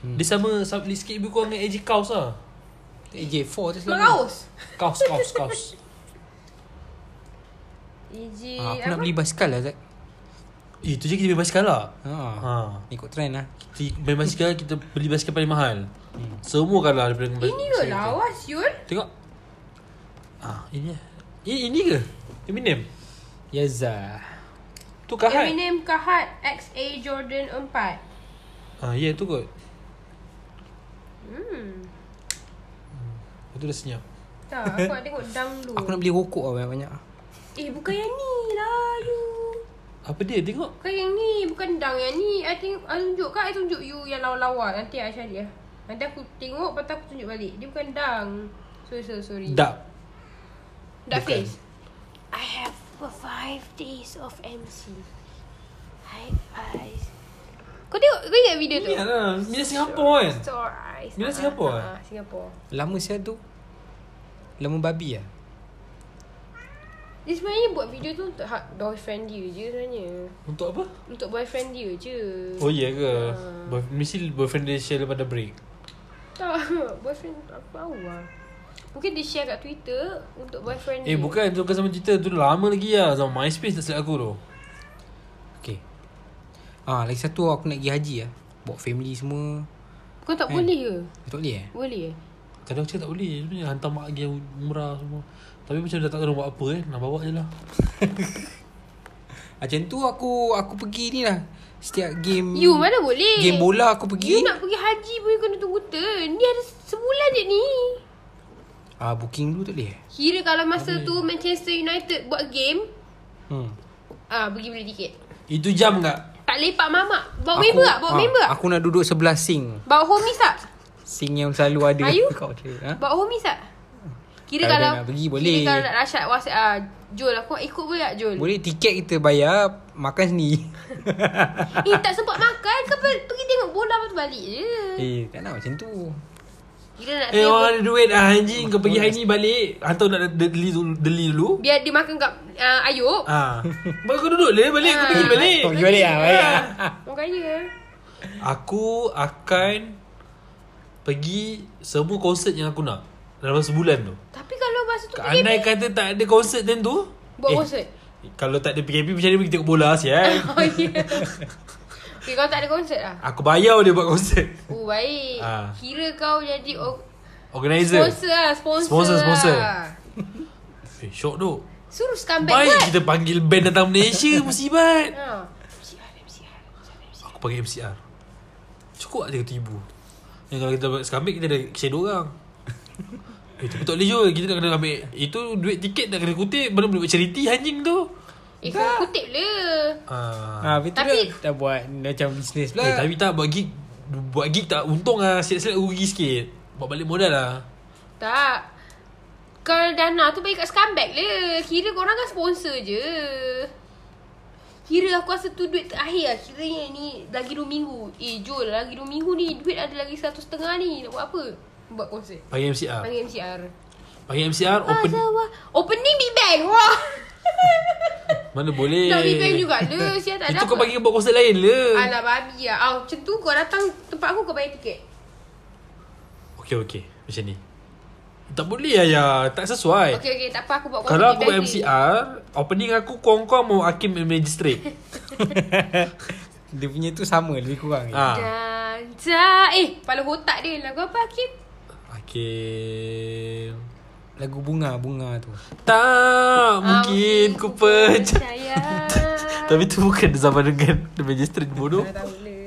Speaker 2: hmm. Dia sama, sama Sikit lebih kurang dengan AJ Kaus lah
Speaker 3: AJ4 tu
Speaker 1: Keluar
Speaker 3: selama
Speaker 1: kaos
Speaker 2: Kaus Kaus Kaus
Speaker 1: Eji
Speaker 3: ha, Aku nak beli basikal lah Zat
Speaker 2: Eh tu je kita main basikal lah
Speaker 3: ha. ha.
Speaker 2: Ha
Speaker 3: Ikut trend lah
Speaker 2: Kita main basikal Kita beli basikal paling mahal Semua kalah daripada
Speaker 1: Ini ke lah?
Speaker 2: basikal tu.
Speaker 1: lawas Yul
Speaker 2: Tengok Ah, ini eh. Ini, ini ke? Eminem
Speaker 3: Ya Zah
Speaker 2: Tu kahat
Speaker 1: Eminem Kahat XA Jordan 4
Speaker 2: Ah, ya yeah, tu kot
Speaker 1: Hmm
Speaker 2: Lepas tu dah senyap
Speaker 1: Tak aku nak tengok dang dulu
Speaker 3: Aku nak beli rokok lah banyak-banyak
Speaker 1: Eh bukan yang ni lah you
Speaker 2: Apa dia? Tengok
Speaker 1: Bukan yang ni Bukan dang yang ni I, tengok, I tunjuk kan I tunjuk you yang lawa-lawa Nanti I cari lah Nanti aku tengok Lepas tu aku tunjuk balik Dia bukan dang Sorry sorry sorry
Speaker 2: Dap
Speaker 1: Dark
Speaker 2: Bukan.
Speaker 1: face. I have five days of MC. Hi guys. Kau tengok kau ingat video tu?
Speaker 2: Ni lah Ni dah Singapore kan
Speaker 1: Store eyes.
Speaker 2: Ni lah
Speaker 1: Ah,
Speaker 2: Singapore
Speaker 1: ah,
Speaker 2: eh?
Speaker 1: ah, Singapore.
Speaker 3: Lama siapa tu Lama babi lah
Speaker 1: Dia sebenarnya buat video tu untuk hak boyfriend dia je sebenarnya.
Speaker 2: Untuk apa?
Speaker 1: Untuk boyfriend dia je.
Speaker 2: Oh iya ke?
Speaker 1: Ah.
Speaker 2: Boy, mesti boyfriend dia share lepas dah break
Speaker 1: Hmm. Tak, boyfriend aku tahu lah. Mungkin dia share kat Twitter untuk boyfriend dia.
Speaker 2: Eh bukan tu bukan sama cerita Tu dah lama lagi lah Sama MySpace tak silap aku tu
Speaker 3: Okay Ah, Lagi satu aku nak pergi haji lah Bawa family semua
Speaker 1: Kau tak
Speaker 3: Eh.
Speaker 1: boleh ke?
Speaker 3: Tak boleh eh
Speaker 1: Boleh eh?
Speaker 2: Kadang aku cakap tak boleh sebenarnya Hantar mak pergi umrah semua Tapi macam dah tak tahu nak buat apa eh Nak bawa je lah
Speaker 3: Ah, Macam tu aku aku pergi ni lah Setiap game
Speaker 1: You mana boleh?
Speaker 3: Hmm. Game bola aku
Speaker 1: You
Speaker 3: pergi
Speaker 1: nak pergi haji pun you kena tunggu turn. Ni ada sebulan je ni.
Speaker 3: Ah Booking dulu tak boleh eh
Speaker 1: Kira kalau masa tu Manchester United buat game
Speaker 3: hmm.
Speaker 1: ah Pergi beli tiket
Speaker 2: Itu jam tak?
Speaker 1: Tak lepak mamak Bawa member tak? Bawa
Speaker 3: ah,
Speaker 1: member tak?
Speaker 3: Aku nak duduk sebelah sing
Speaker 1: Bawa homies tak?
Speaker 3: Sing yang selalu ada
Speaker 1: Are you?
Speaker 3: Kau ada ha?
Speaker 1: Bawa homies tak? Kira
Speaker 3: Kalau
Speaker 1: kalau
Speaker 3: dah nak pergi, boleh.
Speaker 1: Kira kalau nak Rashad was, uh, Jol aku nak ikut boleh tak Jol?
Speaker 3: Boleh tiket kita bayar Makan sendiri
Speaker 1: Eh tak sempat makan Kau per- pergi tengok bola Lepas tu balik je
Speaker 3: Eh tak nak macam tu
Speaker 1: Kira nak
Speaker 2: Eh
Speaker 1: save
Speaker 2: orang ada duit ah anjing Kau pergi hari ni balik Hantar nak deli, dulu- deli dulu
Speaker 1: Biar dia makan kat uh, Ayub
Speaker 2: Ah, Baru kau duduk le balik Kau
Speaker 1: Ah.
Speaker 2: pergi balik
Speaker 3: Kau pergi balik lah Baik lah
Speaker 1: Orang kaya
Speaker 2: Aku akan Pergi Semua konsert yang aku nak Dalam sebulan tu
Speaker 1: Tapi kalau masa tu PKP
Speaker 2: Andai kata tak ada konsert time tu
Speaker 1: Buat
Speaker 2: eh,
Speaker 1: konsert
Speaker 2: Kalau tak ada PKP Macam mana pergi tengok bola sial
Speaker 1: Oh ya yeah. Okay kalau tak ada konsert lah
Speaker 2: Aku bayar dia buat konsert
Speaker 1: Oh baik
Speaker 2: Ah.
Speaker 1: Kira kau jadi o-
Speaker 2: Organizer
Speaker 1: Sponsor lah Sponsor,
Speaker 2: Sponsor, sponsor.
Speaker 1: lah.
Speaker 2: Eh syok tu
Speaker 1: Suruh scumbag
Speaker 2: Baik
Speaker 1: buat
Speaker 2: kita panggil band datang Malaysia Musibat
Speaker 1: ha. MCR MCR
Speaker 2: Aku panggil MCR Cukup lah 300 ribu Yang kalau kita buat skambik Kita ada shadow orang Eh tapi tak boleh je Kita nak kena ambil Itu duit tiket nak kena kutip Mana boleh buat charity anjing tu
Speaker 1: Eh kau kutip le
Speaker 2: Ah.
Speaker 3: ha, Betul
Speaker 1: Tapi-
Speaker 3: Tapi, dah, dah buat Macam
Speaker 2: Eh
Speaker 3: bisnes pula
Speaker 2: tapi tak buat gig Buat gig tak untung lah Siap-siap rugi sikit Buat balik modal lah
Speaker 1: Tak Kalau dana tu baik kat scumbag le Kira korang kan sponsor je Kira aku rasa tu duit terakhir lah Kiranya ni lagi 2 minggu Eh Jol lagi 2 minggu ni Duit ada lagi 100 setengah ni Nak buat apa? Buat konsert
Speaker 2: Panggil MCR
Speaker 1: Panggil MCR
Speaker 2: Panggil MCR Open
Speaker 1: Open- Ah, Opening Big Bang Wah
Speaker 2: Mana boleh
Speaker 1: Nak Big Bang juga le Sial tak ada
Speaker 2: Itu kau
Speaker 1: apa.
Speaker 2: panggil buat konsert lain le
Speaker 1: Alah babi lah ah, Macam tu kau datang tempat aku kau bayar tiket
Speaker 2: Okay okay Macam ni Tak boleh ayah Tak sesuai
Speaker 1: Okay okay tak apa aku buat konsert
Speaker 2: Eh. Kalau
Speaker 1: Big
Speaker 2: aku
Speaker 1: Bang
Speaker 2: buat
Speaker 1: ni.
Speaker 2: MCR Opening aku Kongkong mau hakim dan magistrate
Speaker 3: Dia punya tu sama Lebih kurang
Speaker 2: ha.
Speaker 3: ha.
Speaker 1: Dan tak Eh kepala otak dia Lagu apa Hakim?
Speaker 2: Hakim
Speaker 3: Lagu bunga Bunga tu
Speaker 2: Tak Mungkin
Speaker 1: Ah,
Speaker 2: ku pecah
Speaker 1: percaya
Speaker 2: Tapi tu bukan zaman dengan The magistrate bodoh
Speaker 1: Tak tahu le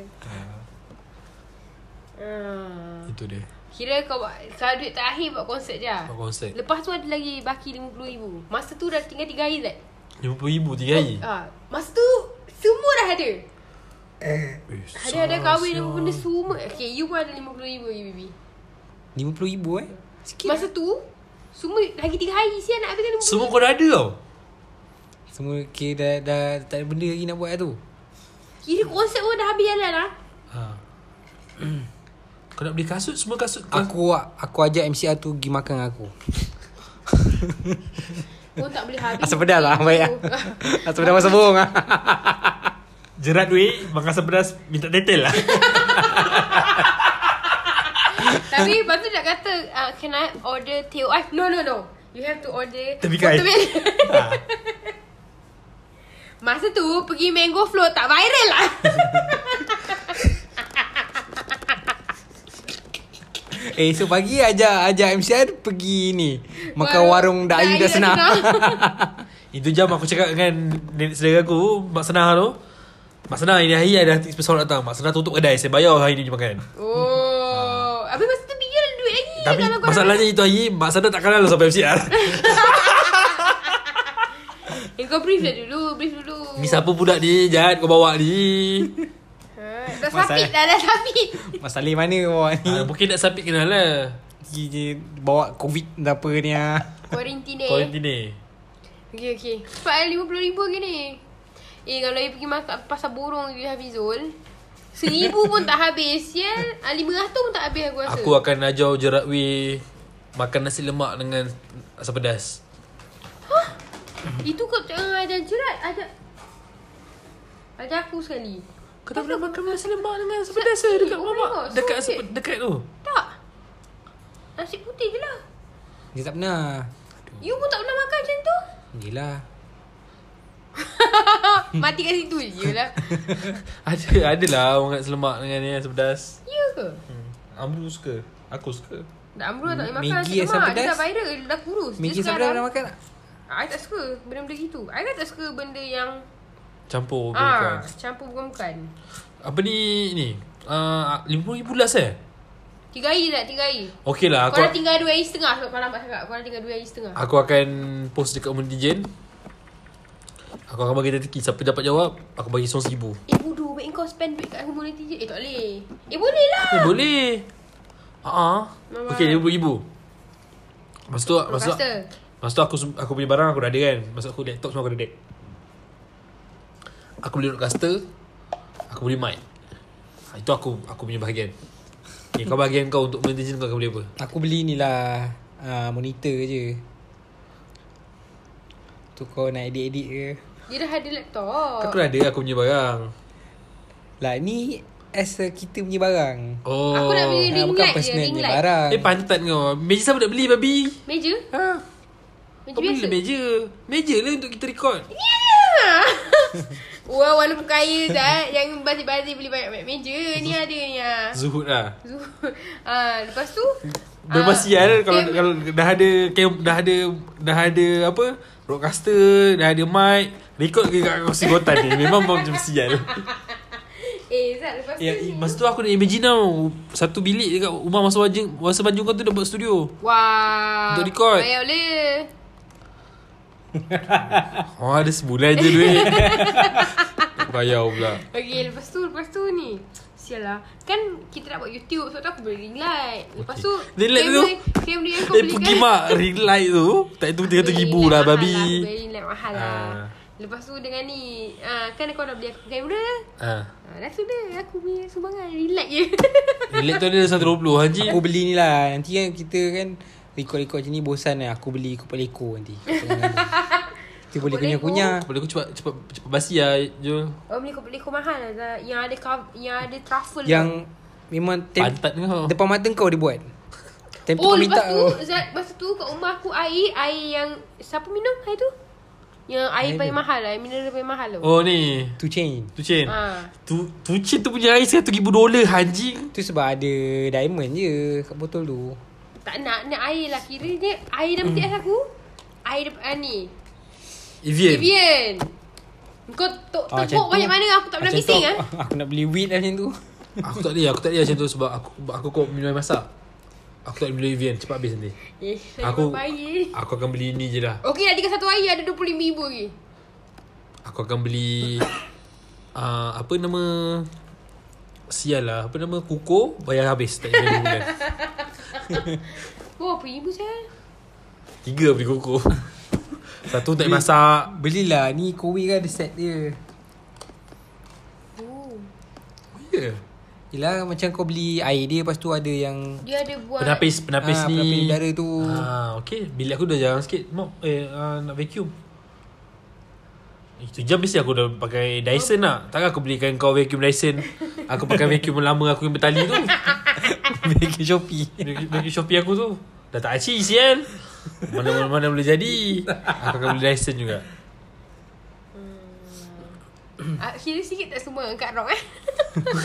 Speaker 1: Ah.
Speaker 2: Itu dia
Speaker 1: Kira kau buat Kalau duit terakhir buat konsert je lah.
Speaker 2: Buat konsert
Speaker 1: Lepas tu ada lagi Baki RM50,000 Masa tu dah tinggal 3 hari Zat
Speaker 2: RM50,000 tiga hari
Speaker 1: ah, Masa tu Semua dah ada
Speaker 2: Eh,
Speaker 1: Ada ada kahwin apa benda semua Okay you pun ada RM50,000 you baby
Speaker 3: RM50,000 eh
Speaker 1: Masa tu Semua lagi 3 hari sian nak habiskan
Speaker 2: Semua kau dah ada tau
Speaker 3: Semua kira dah, dah tak ada benda lagi nak buat lah tu
Speaker 1: Kira konsep pun dah habis jalan lah
Speaker 2: ha. Kau nak beli kasut Semua kasut kau
Speaker 3: Aku aku ajak MCR tu pergi makan dengan aku
Speaker 1: Kau tak boleh habis
Speaker 3: Asam pedas lah baik lah Asam pedas masa burung lah
Speaker 2: Jerat duit Makan asam pedas Minta tetel lah
Speaker 1: Tapi lepas tu nak kata uh, Can I order teh oi? No no no You have to order
Speaker 2: Tepikai
Speaker 1: watermelon.
Speaker 2: ha.
Speaker 1: Masa tu pergi mango float tak viral lah
Speaker 3: Eh esok pagi ajak ajak MCR pergi ni Makan warung Dayu dah senang
Speaker 2: Itu jam aku cakap dengan Nenek saudara aku Mak Senah tu Mak Senah ini hari ada hati spesial datang Mak Senah tutup kedai Saya bayar hari ni je makan
Speaker 1: Eh, Oh Habis masa tu pergi ada duit lagi
Speaker 2: Ah. Tapi
Speaker 1: kalau kau nak
Speaker 2: masalahnya itu hari Mak Senah tak kenal sampai MCR
Speaker 1: Eh kau brief dah dulu Brief dulu
Speaker 2: Ni siapa budak ni Jahat kau bawa ni
Speaker 1: ha, Dah
Speaker 3: Masalah.
Speaker 1: sapit dah Dah sapit
Speaker 3: Mas Saleh mana bawa ni
Speaker 2: ha, Mungkin nak sapit kenal lah
Speaker 3: Pergi je bawa covid dah apa ni lah
Speaker 1: Quarantine eh
Speaker 2: Quarantine ni
Speaker 1: Okay okay Cepat RM50,000 gini Eh kalau you pergi masak pasar burung You Hafizul Seribu pun tak habis Sial Ah, Lima ratus pun tak habis aku rasa
Speaker 2: Aku akan ajar jerat weh Makan nasi lemak dengan Asam pedas
Speaker 1: Itu kau jangan ajar jerat Ajar Ajar aku sekali
Speaker 2: Kau tak pernah makan nasi lemak dengan asam pedas ke Dekat mamak Dekat asam dekat tu
Speaker 1: Tak Nasi putih je lah
Speaker 3: Dia tak pernah
Speaker 1: You pun tak pernah makan macam tu
Speaker 3: Yelah
Speaker 1: Ah, Mati kat situ je lah
Speaker 2: Ada adalah orang kat selemak dengan ni asam pedas
Speaker 1: Ya ke?
Speaker 2: Amru suka Aku suka
Speaker 1: Dah Amrul tak boleh makan
Speaker 3: Maggi
Speaker 1: nasi
Speaker 3: asam
Speaker 1: lemak Dia
Speaker 3: pedas?
Speaker 1: dah viral Dia dah kurus Dia
Speaker 3: Maggi
Speaker 1: sekarang-
Speaker 3: sebelah pernah makan tak?
Speaker 1: I tak suka benda-benda gitu I kan tak suka benda yang
Speaker 3: Oh,
Speaker 2: Campur
Speaker 1: Ah,
Speaker 2: ah.
Speaker 1: campur bukan-bukan
Speaker 2: Apa ni ni uh, RM50,000 last eh
Speaker 1: Tiga hari tak? Tiga hari
Speaker 2: Okey lah
Speaker 1: Korang
Speaker 2: aku,
Speaker 1: tinggal dua hari setengah Sebab Pak Lambat cakap Korang tinggal dua hari setengah
Speaker 2: aku akan post dekat Montijen Aku akan bagi teki Siapa dapat jawab Aku bagi seorang seribu
Speaker 1: Eh bodoh Baik kau spend duit kat community je Eh tak boleh Eh boleh lah
Speaker 2: Eh boleh Haa
Speaker 1: Mama.
Speaker 2: uh-huh. Okay RM50,000 Lepas tu Lepas tu
Speaker 1: Blockbuster.
Speaker 2: Lepas tu aku, sem- aku punya barang aku dah ada kan Masa aku laptop semua aku dah ada Aku beli roadcaster Aku beli mic Ha, Itu aku aku punya bahagian okay, Kau bahagian kau untuk monetizen kau akan beli apa?
Speaker 3: Aku beli ni lah uh, Monitor je Tu kau nak edit-edit ke
Speaker 1: Dia dah ada laptop
Speaker 2: Aku dah ada aku punya barang
Speaker 3: Lah ni As a kita punya barang
Speaker 2: Oh
Speaker 1: Aku nak beli
Speaker 3: Ah,
Speaker 1: ring
Speaker 3: Bukan
Speaker 1: light je
Speaker 3: personal
Speaker 1: Ring
Speaker 3: ni
Speaker 1: light
Speaker 3: barang
Speaker 2: Eh pantat kau Meja siapa nak beli babi?
Speaker 1: Meja
Speaker 2: Ha
Speaker 1: Meja
Speaker 2: Kau beli
Speaker 1: biasa Ya.
Speaker 2: lah meja Meja lah untuk kita record
Speaker 1: Yeah Wah walaupun kaya Zat Jangan bazir-bazir beli banyak meja Ni ada ni ah.
Speaker 2: Zuhud lah
Speaker 1: Zuhur. Ah, lepas tu ah,
Speaker 2: Memang sial kalau,
Speaker 1: cam-
Speaker 2: kalau dah ada cam, dah ada dah ada apa roadcaster, dah ada mic, record ke kat kursi gotan ni. Memang macam sial.
Speaker 1: Eh Zat lepas tu
Speaker 2: Ya,
Speaker 1: ni-
Speaker 2: i- masa tu aku nak imagine tau Satu bilik dekat rumah masa baju Masa baju kau tu dah buat studio
Speaker 1: Wah
Speaker 2: Untuk record.
Speaker 1: Bayar boleh
Speaker 2: Oh ada sebulan je duit Bayar pula
Speaker 1: Okay lepas tu Lepas tu ni Sial lah Kan kita nak buat YouTube Sebab tu aku beli ring light Lepas tu
Speaker 2: Okay. Ring light
Speaker 1: kamera-
Speaker 2: tu?
Speaker 1: Kamera yang kau
Speaker 2: Eh
Speaker 1: belikan
Speaker 2: pergi mak Ring light tu Tak itu
Speaker 1: Beli ring
Speaker 2: 300 ribu
Speaker 1: light
Speaker 2: lah
Speaker 1: mahal
Speaker 2: babi
Speaker 1: Aku beli ring light mahal lah
Speaker 2: Ah.
Speaker 1: Lepas tu dengan ni ah, Kan kau dah beli aku kamera
Speaker 2: ha.
Speaker 1: ah, Dah sudah Aku punya sumbangan Ring light je
Speaker 2: Ring light tu ada 120 Haji
Speaker 3: Aku beli ni lah Nanti kan kita kan Record-record macam ni bosan lah Aku beli kupat leko nanti Kita boleh
Speaker 1: Kupat leko?
Speaker 3: kunyah-kunyah
Speaker 2: Ah, Boleh aku cepat Cepat, cepat basi lah Jul
Speaker 1: Oh beli kau beli kau mahal lah Zat. Yang ada cover- Yang ada truffle tu.
Speaker 3: Yang Memang tem-
Speaker 2: Pantat kau
Speaker 3: Depan mata kau dia buat Time tu
Speaker 1: Oh
Speaker 3: kau
Speaker 1: lepas
Speaker 3: minta
Speaker 1: tu Zat, Lepas tu kat rumah aku air Air yang Siapa minum air tu? Yang air
Speaker 3: Air
Speaker 1: paling
Speaker 3: dia.
Speaker 1: mahal lah Air mineral paling mahal tu
Speaker 2: Oh ni
Speaker 3: Tu chain
Speaker 2: Tu Chin
Speaker 1: Ha.
Speaker 2: Tu Tu Chin tu punya air 100 ribu dolar Haji
Speaker 3: Tu sebab ada diamond je Kat botol tu
Speaker 1: Tak nak Nak air lah Kira dia Air
Speaker 2: Hmm.
Speaker 1: dalam tias aku Air depan ah, ni
Speaker 2: Evian
Speaker 1: Evian Kau tok
Speaker 3: Ah,
Speaker 1: tepuk
Speaker 3: macam tu.
Speaker 1: banyak mana Aku tak pernah
Speaker 3: Macam tu
Speaker 1: bising ah.
Speaker 3: aku, aku nak beli weed lah macam tu
Speaker 2: Aku tak boleh Aku tak boleh lah macam tu Sebab aku Aku kau minum air masak Aku tak boleh minum Evian Cepat habis nanti
Speaker 1: Eh lagi
Speaker 2: Ah. Aku-
Speaker 1: berapa air
Speaker 2: Aku akan beli ni je lah
Speaker 1: Okey dah tinggal satu air Ada RM25,000 lagi
Speaker 2: Aku akan beli uh, Apa nama Sial lah Apa nama Kuku Bayar habis Tak payah bulan
Speaker 1: Oh RM25,000 saya
Speaker 2: Tiga beli kukuh Satu tak masak
Speaker 3: Belilah Ni Kowi kan ada set dia
Speaker 1: Oh.
Speaker 2: Ya yeah.
Speaker 3: Yelah macam kau beli air dia Lepas tu ada yang
Speaker 1: Dia ada buat
Speaker 2: Penapis Penapis
Speaker 3: Ah,
Speaker 2: ni
Speaker 3: penapis udara tu.
Speaker 2: ah, Okay Bilik aku dah jarang sikit Mop eh, ah, Nak vacuum Itu jam mesti aku dah pakai Dyson lah Takkan aku belikan kau vacuum Dyson Aku pakai vacuum lama aku yang bertali tu
Speaker 3: Bagi Shopee
Speaker 2: Vacuum vacuum Shopee aku tu Dah tak aci sial Mana-mana mana boleh jadi Aku akan beli Dyson juga
Speaker 1: Ah, Kira sikit tak semua angkat rock eh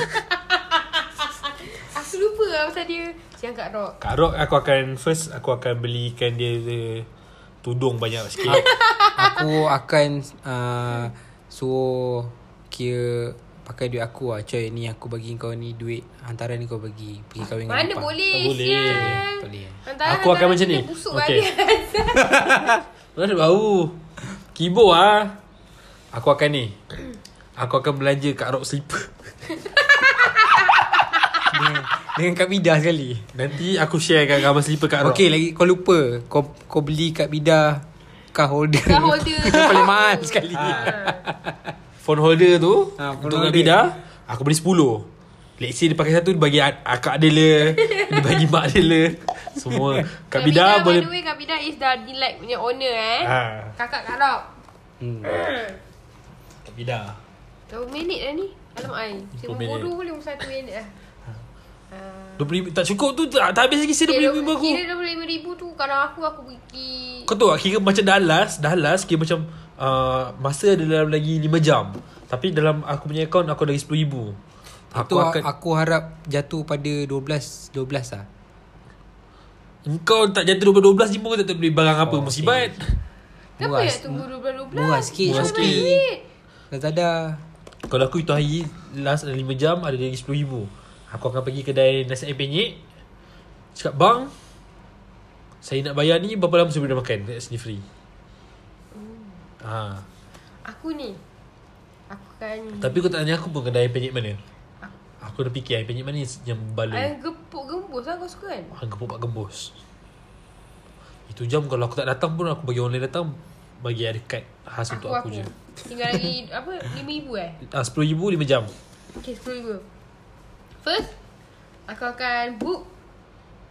Speaker 1: Aku lupa lah pasal dia Si angkat rock
Speaker 2: Kak Rock aku akan First aku akan belikan dia eh, Tudung banyak sikit
Speaker 3: Ah. Aku akan uh, Suruh Kira Pakai duit aku lah Coy ni aku bagi kau ni duit Hantaran ni kau bagi Pergi kahwin dengan
Speaker 1: Mana
Speaker 3: Ipah.
Speaker 1: boleh
Speaker 2: Tak boleh.
Speaker 1: sial.
Speaker 3: Tak boleh, eh.
Speaker 1: Hantaran-
Speaker 2: Aku akan
Speaker 1: hantaran
Speaker 2: macam ni.
Speaker 1: kita Busuk
Speaker 2: Okey.
Speaker 1: okay.
Speaker 2: Mana ada bau Kibo ah. Aku akan ni Aku akan belanja kat Rock Slipper
Speaker 3: Dengan, dengan Kak Bidah sekali
Speaker 2: Nanti aku share kat gambar slipper kat Rock
Speaker 3: Okay lagi kau lupa Kau kau beli Kak Bidah Car holder
Speaker 1: Car holder.
Speaker 3: Kau paling mahal sekali
Speaker 2: Phone holder tu ha,
Speaker 3: Ah, phone
Speaker 2: Untuk
Speaker 3: holder.
Speaker 2: Gabida Aku beli 10 Let's say dia pakai satu Dia bagi ad- akak dia le Dia bagi mak dia le Semua Kak Bida
Speaker 1: by the
Speaker 2: boleh
Speaker 1: way Kak Bida is the delight punya owner eh
Speaker 2: Ah.
Speaker 1: Kakak Kak Rock
Speaker 3: hmm.
Speaker 2: Kak Bida
Speaker 1: Berapa minit dah ni? Alamak ai Saya
Speaker 2: Sepuluh minit. Ha.
Speaker 1: bodoh boleh masa 1 minit dah Ah.
Speaker 2: 20 tak cukup tu Tak, tak habis lagi Saya
Speaker 1: Kira-
Speaker 2: 20 ribu aku
Speaker 1: Kira RM25,000 tu Kalau aku aku pergi
Speaker 2: Kau tahu tak, Kira macam dah last Dah last Kira macam uh, Masa ada dalam lagi 5 jam Tapi dalam aku punya account Aku lagi 10 ribu
Speaker 3: Aku, aku, aku harap jatuh pada 12 12 lah
Speaker 2: Engkau tak jatuh 12 je pun kau tak boleh barang apa oh, musibat.
Speaker 1: Kenapa
Speaker 3: Murah
Speaker 1: nak
Speaker 3: s-
Speaker 1: tunggu 12-12
Speaker 3: murah sikit,
Speaker 2: murah
Speaker 1: Berapa
Speaker 2: sikit.
Speaker 1: minit?
Speaker 3: Lazada
Speaker 2: Kalau aku itu hari last ada 5 jam ada lagi 10,000. Aku akan pergi kedai nasi ayam penyet. Cakap bang saya nak bayar ni berapa lama sebelum makan kat sini free. Ha.
Speaker 1: Aku ni Aku kan
Speaker 2: Tapi kau tak tanya aku pun kedai ayam penyet mana. Aku dah fikir ayam penyet mana yang
Speaker 1: Ayam
Speaker 2: baloi.
Speaker 1: gepuk gembus lah kau suka kan
Speaker 2: Hang gepuk pak gembus. Itu jam kalau aku tak datang pun aku bagi orang lain datang bagi ada kad khas untuk aku, aku je.
Speaker 1: Tinggal lagi apa RM5,000 eh
Speaker 2: Ah 10,000 5 jam.
Speaker 1: Okay RM10,000 First Aku akan book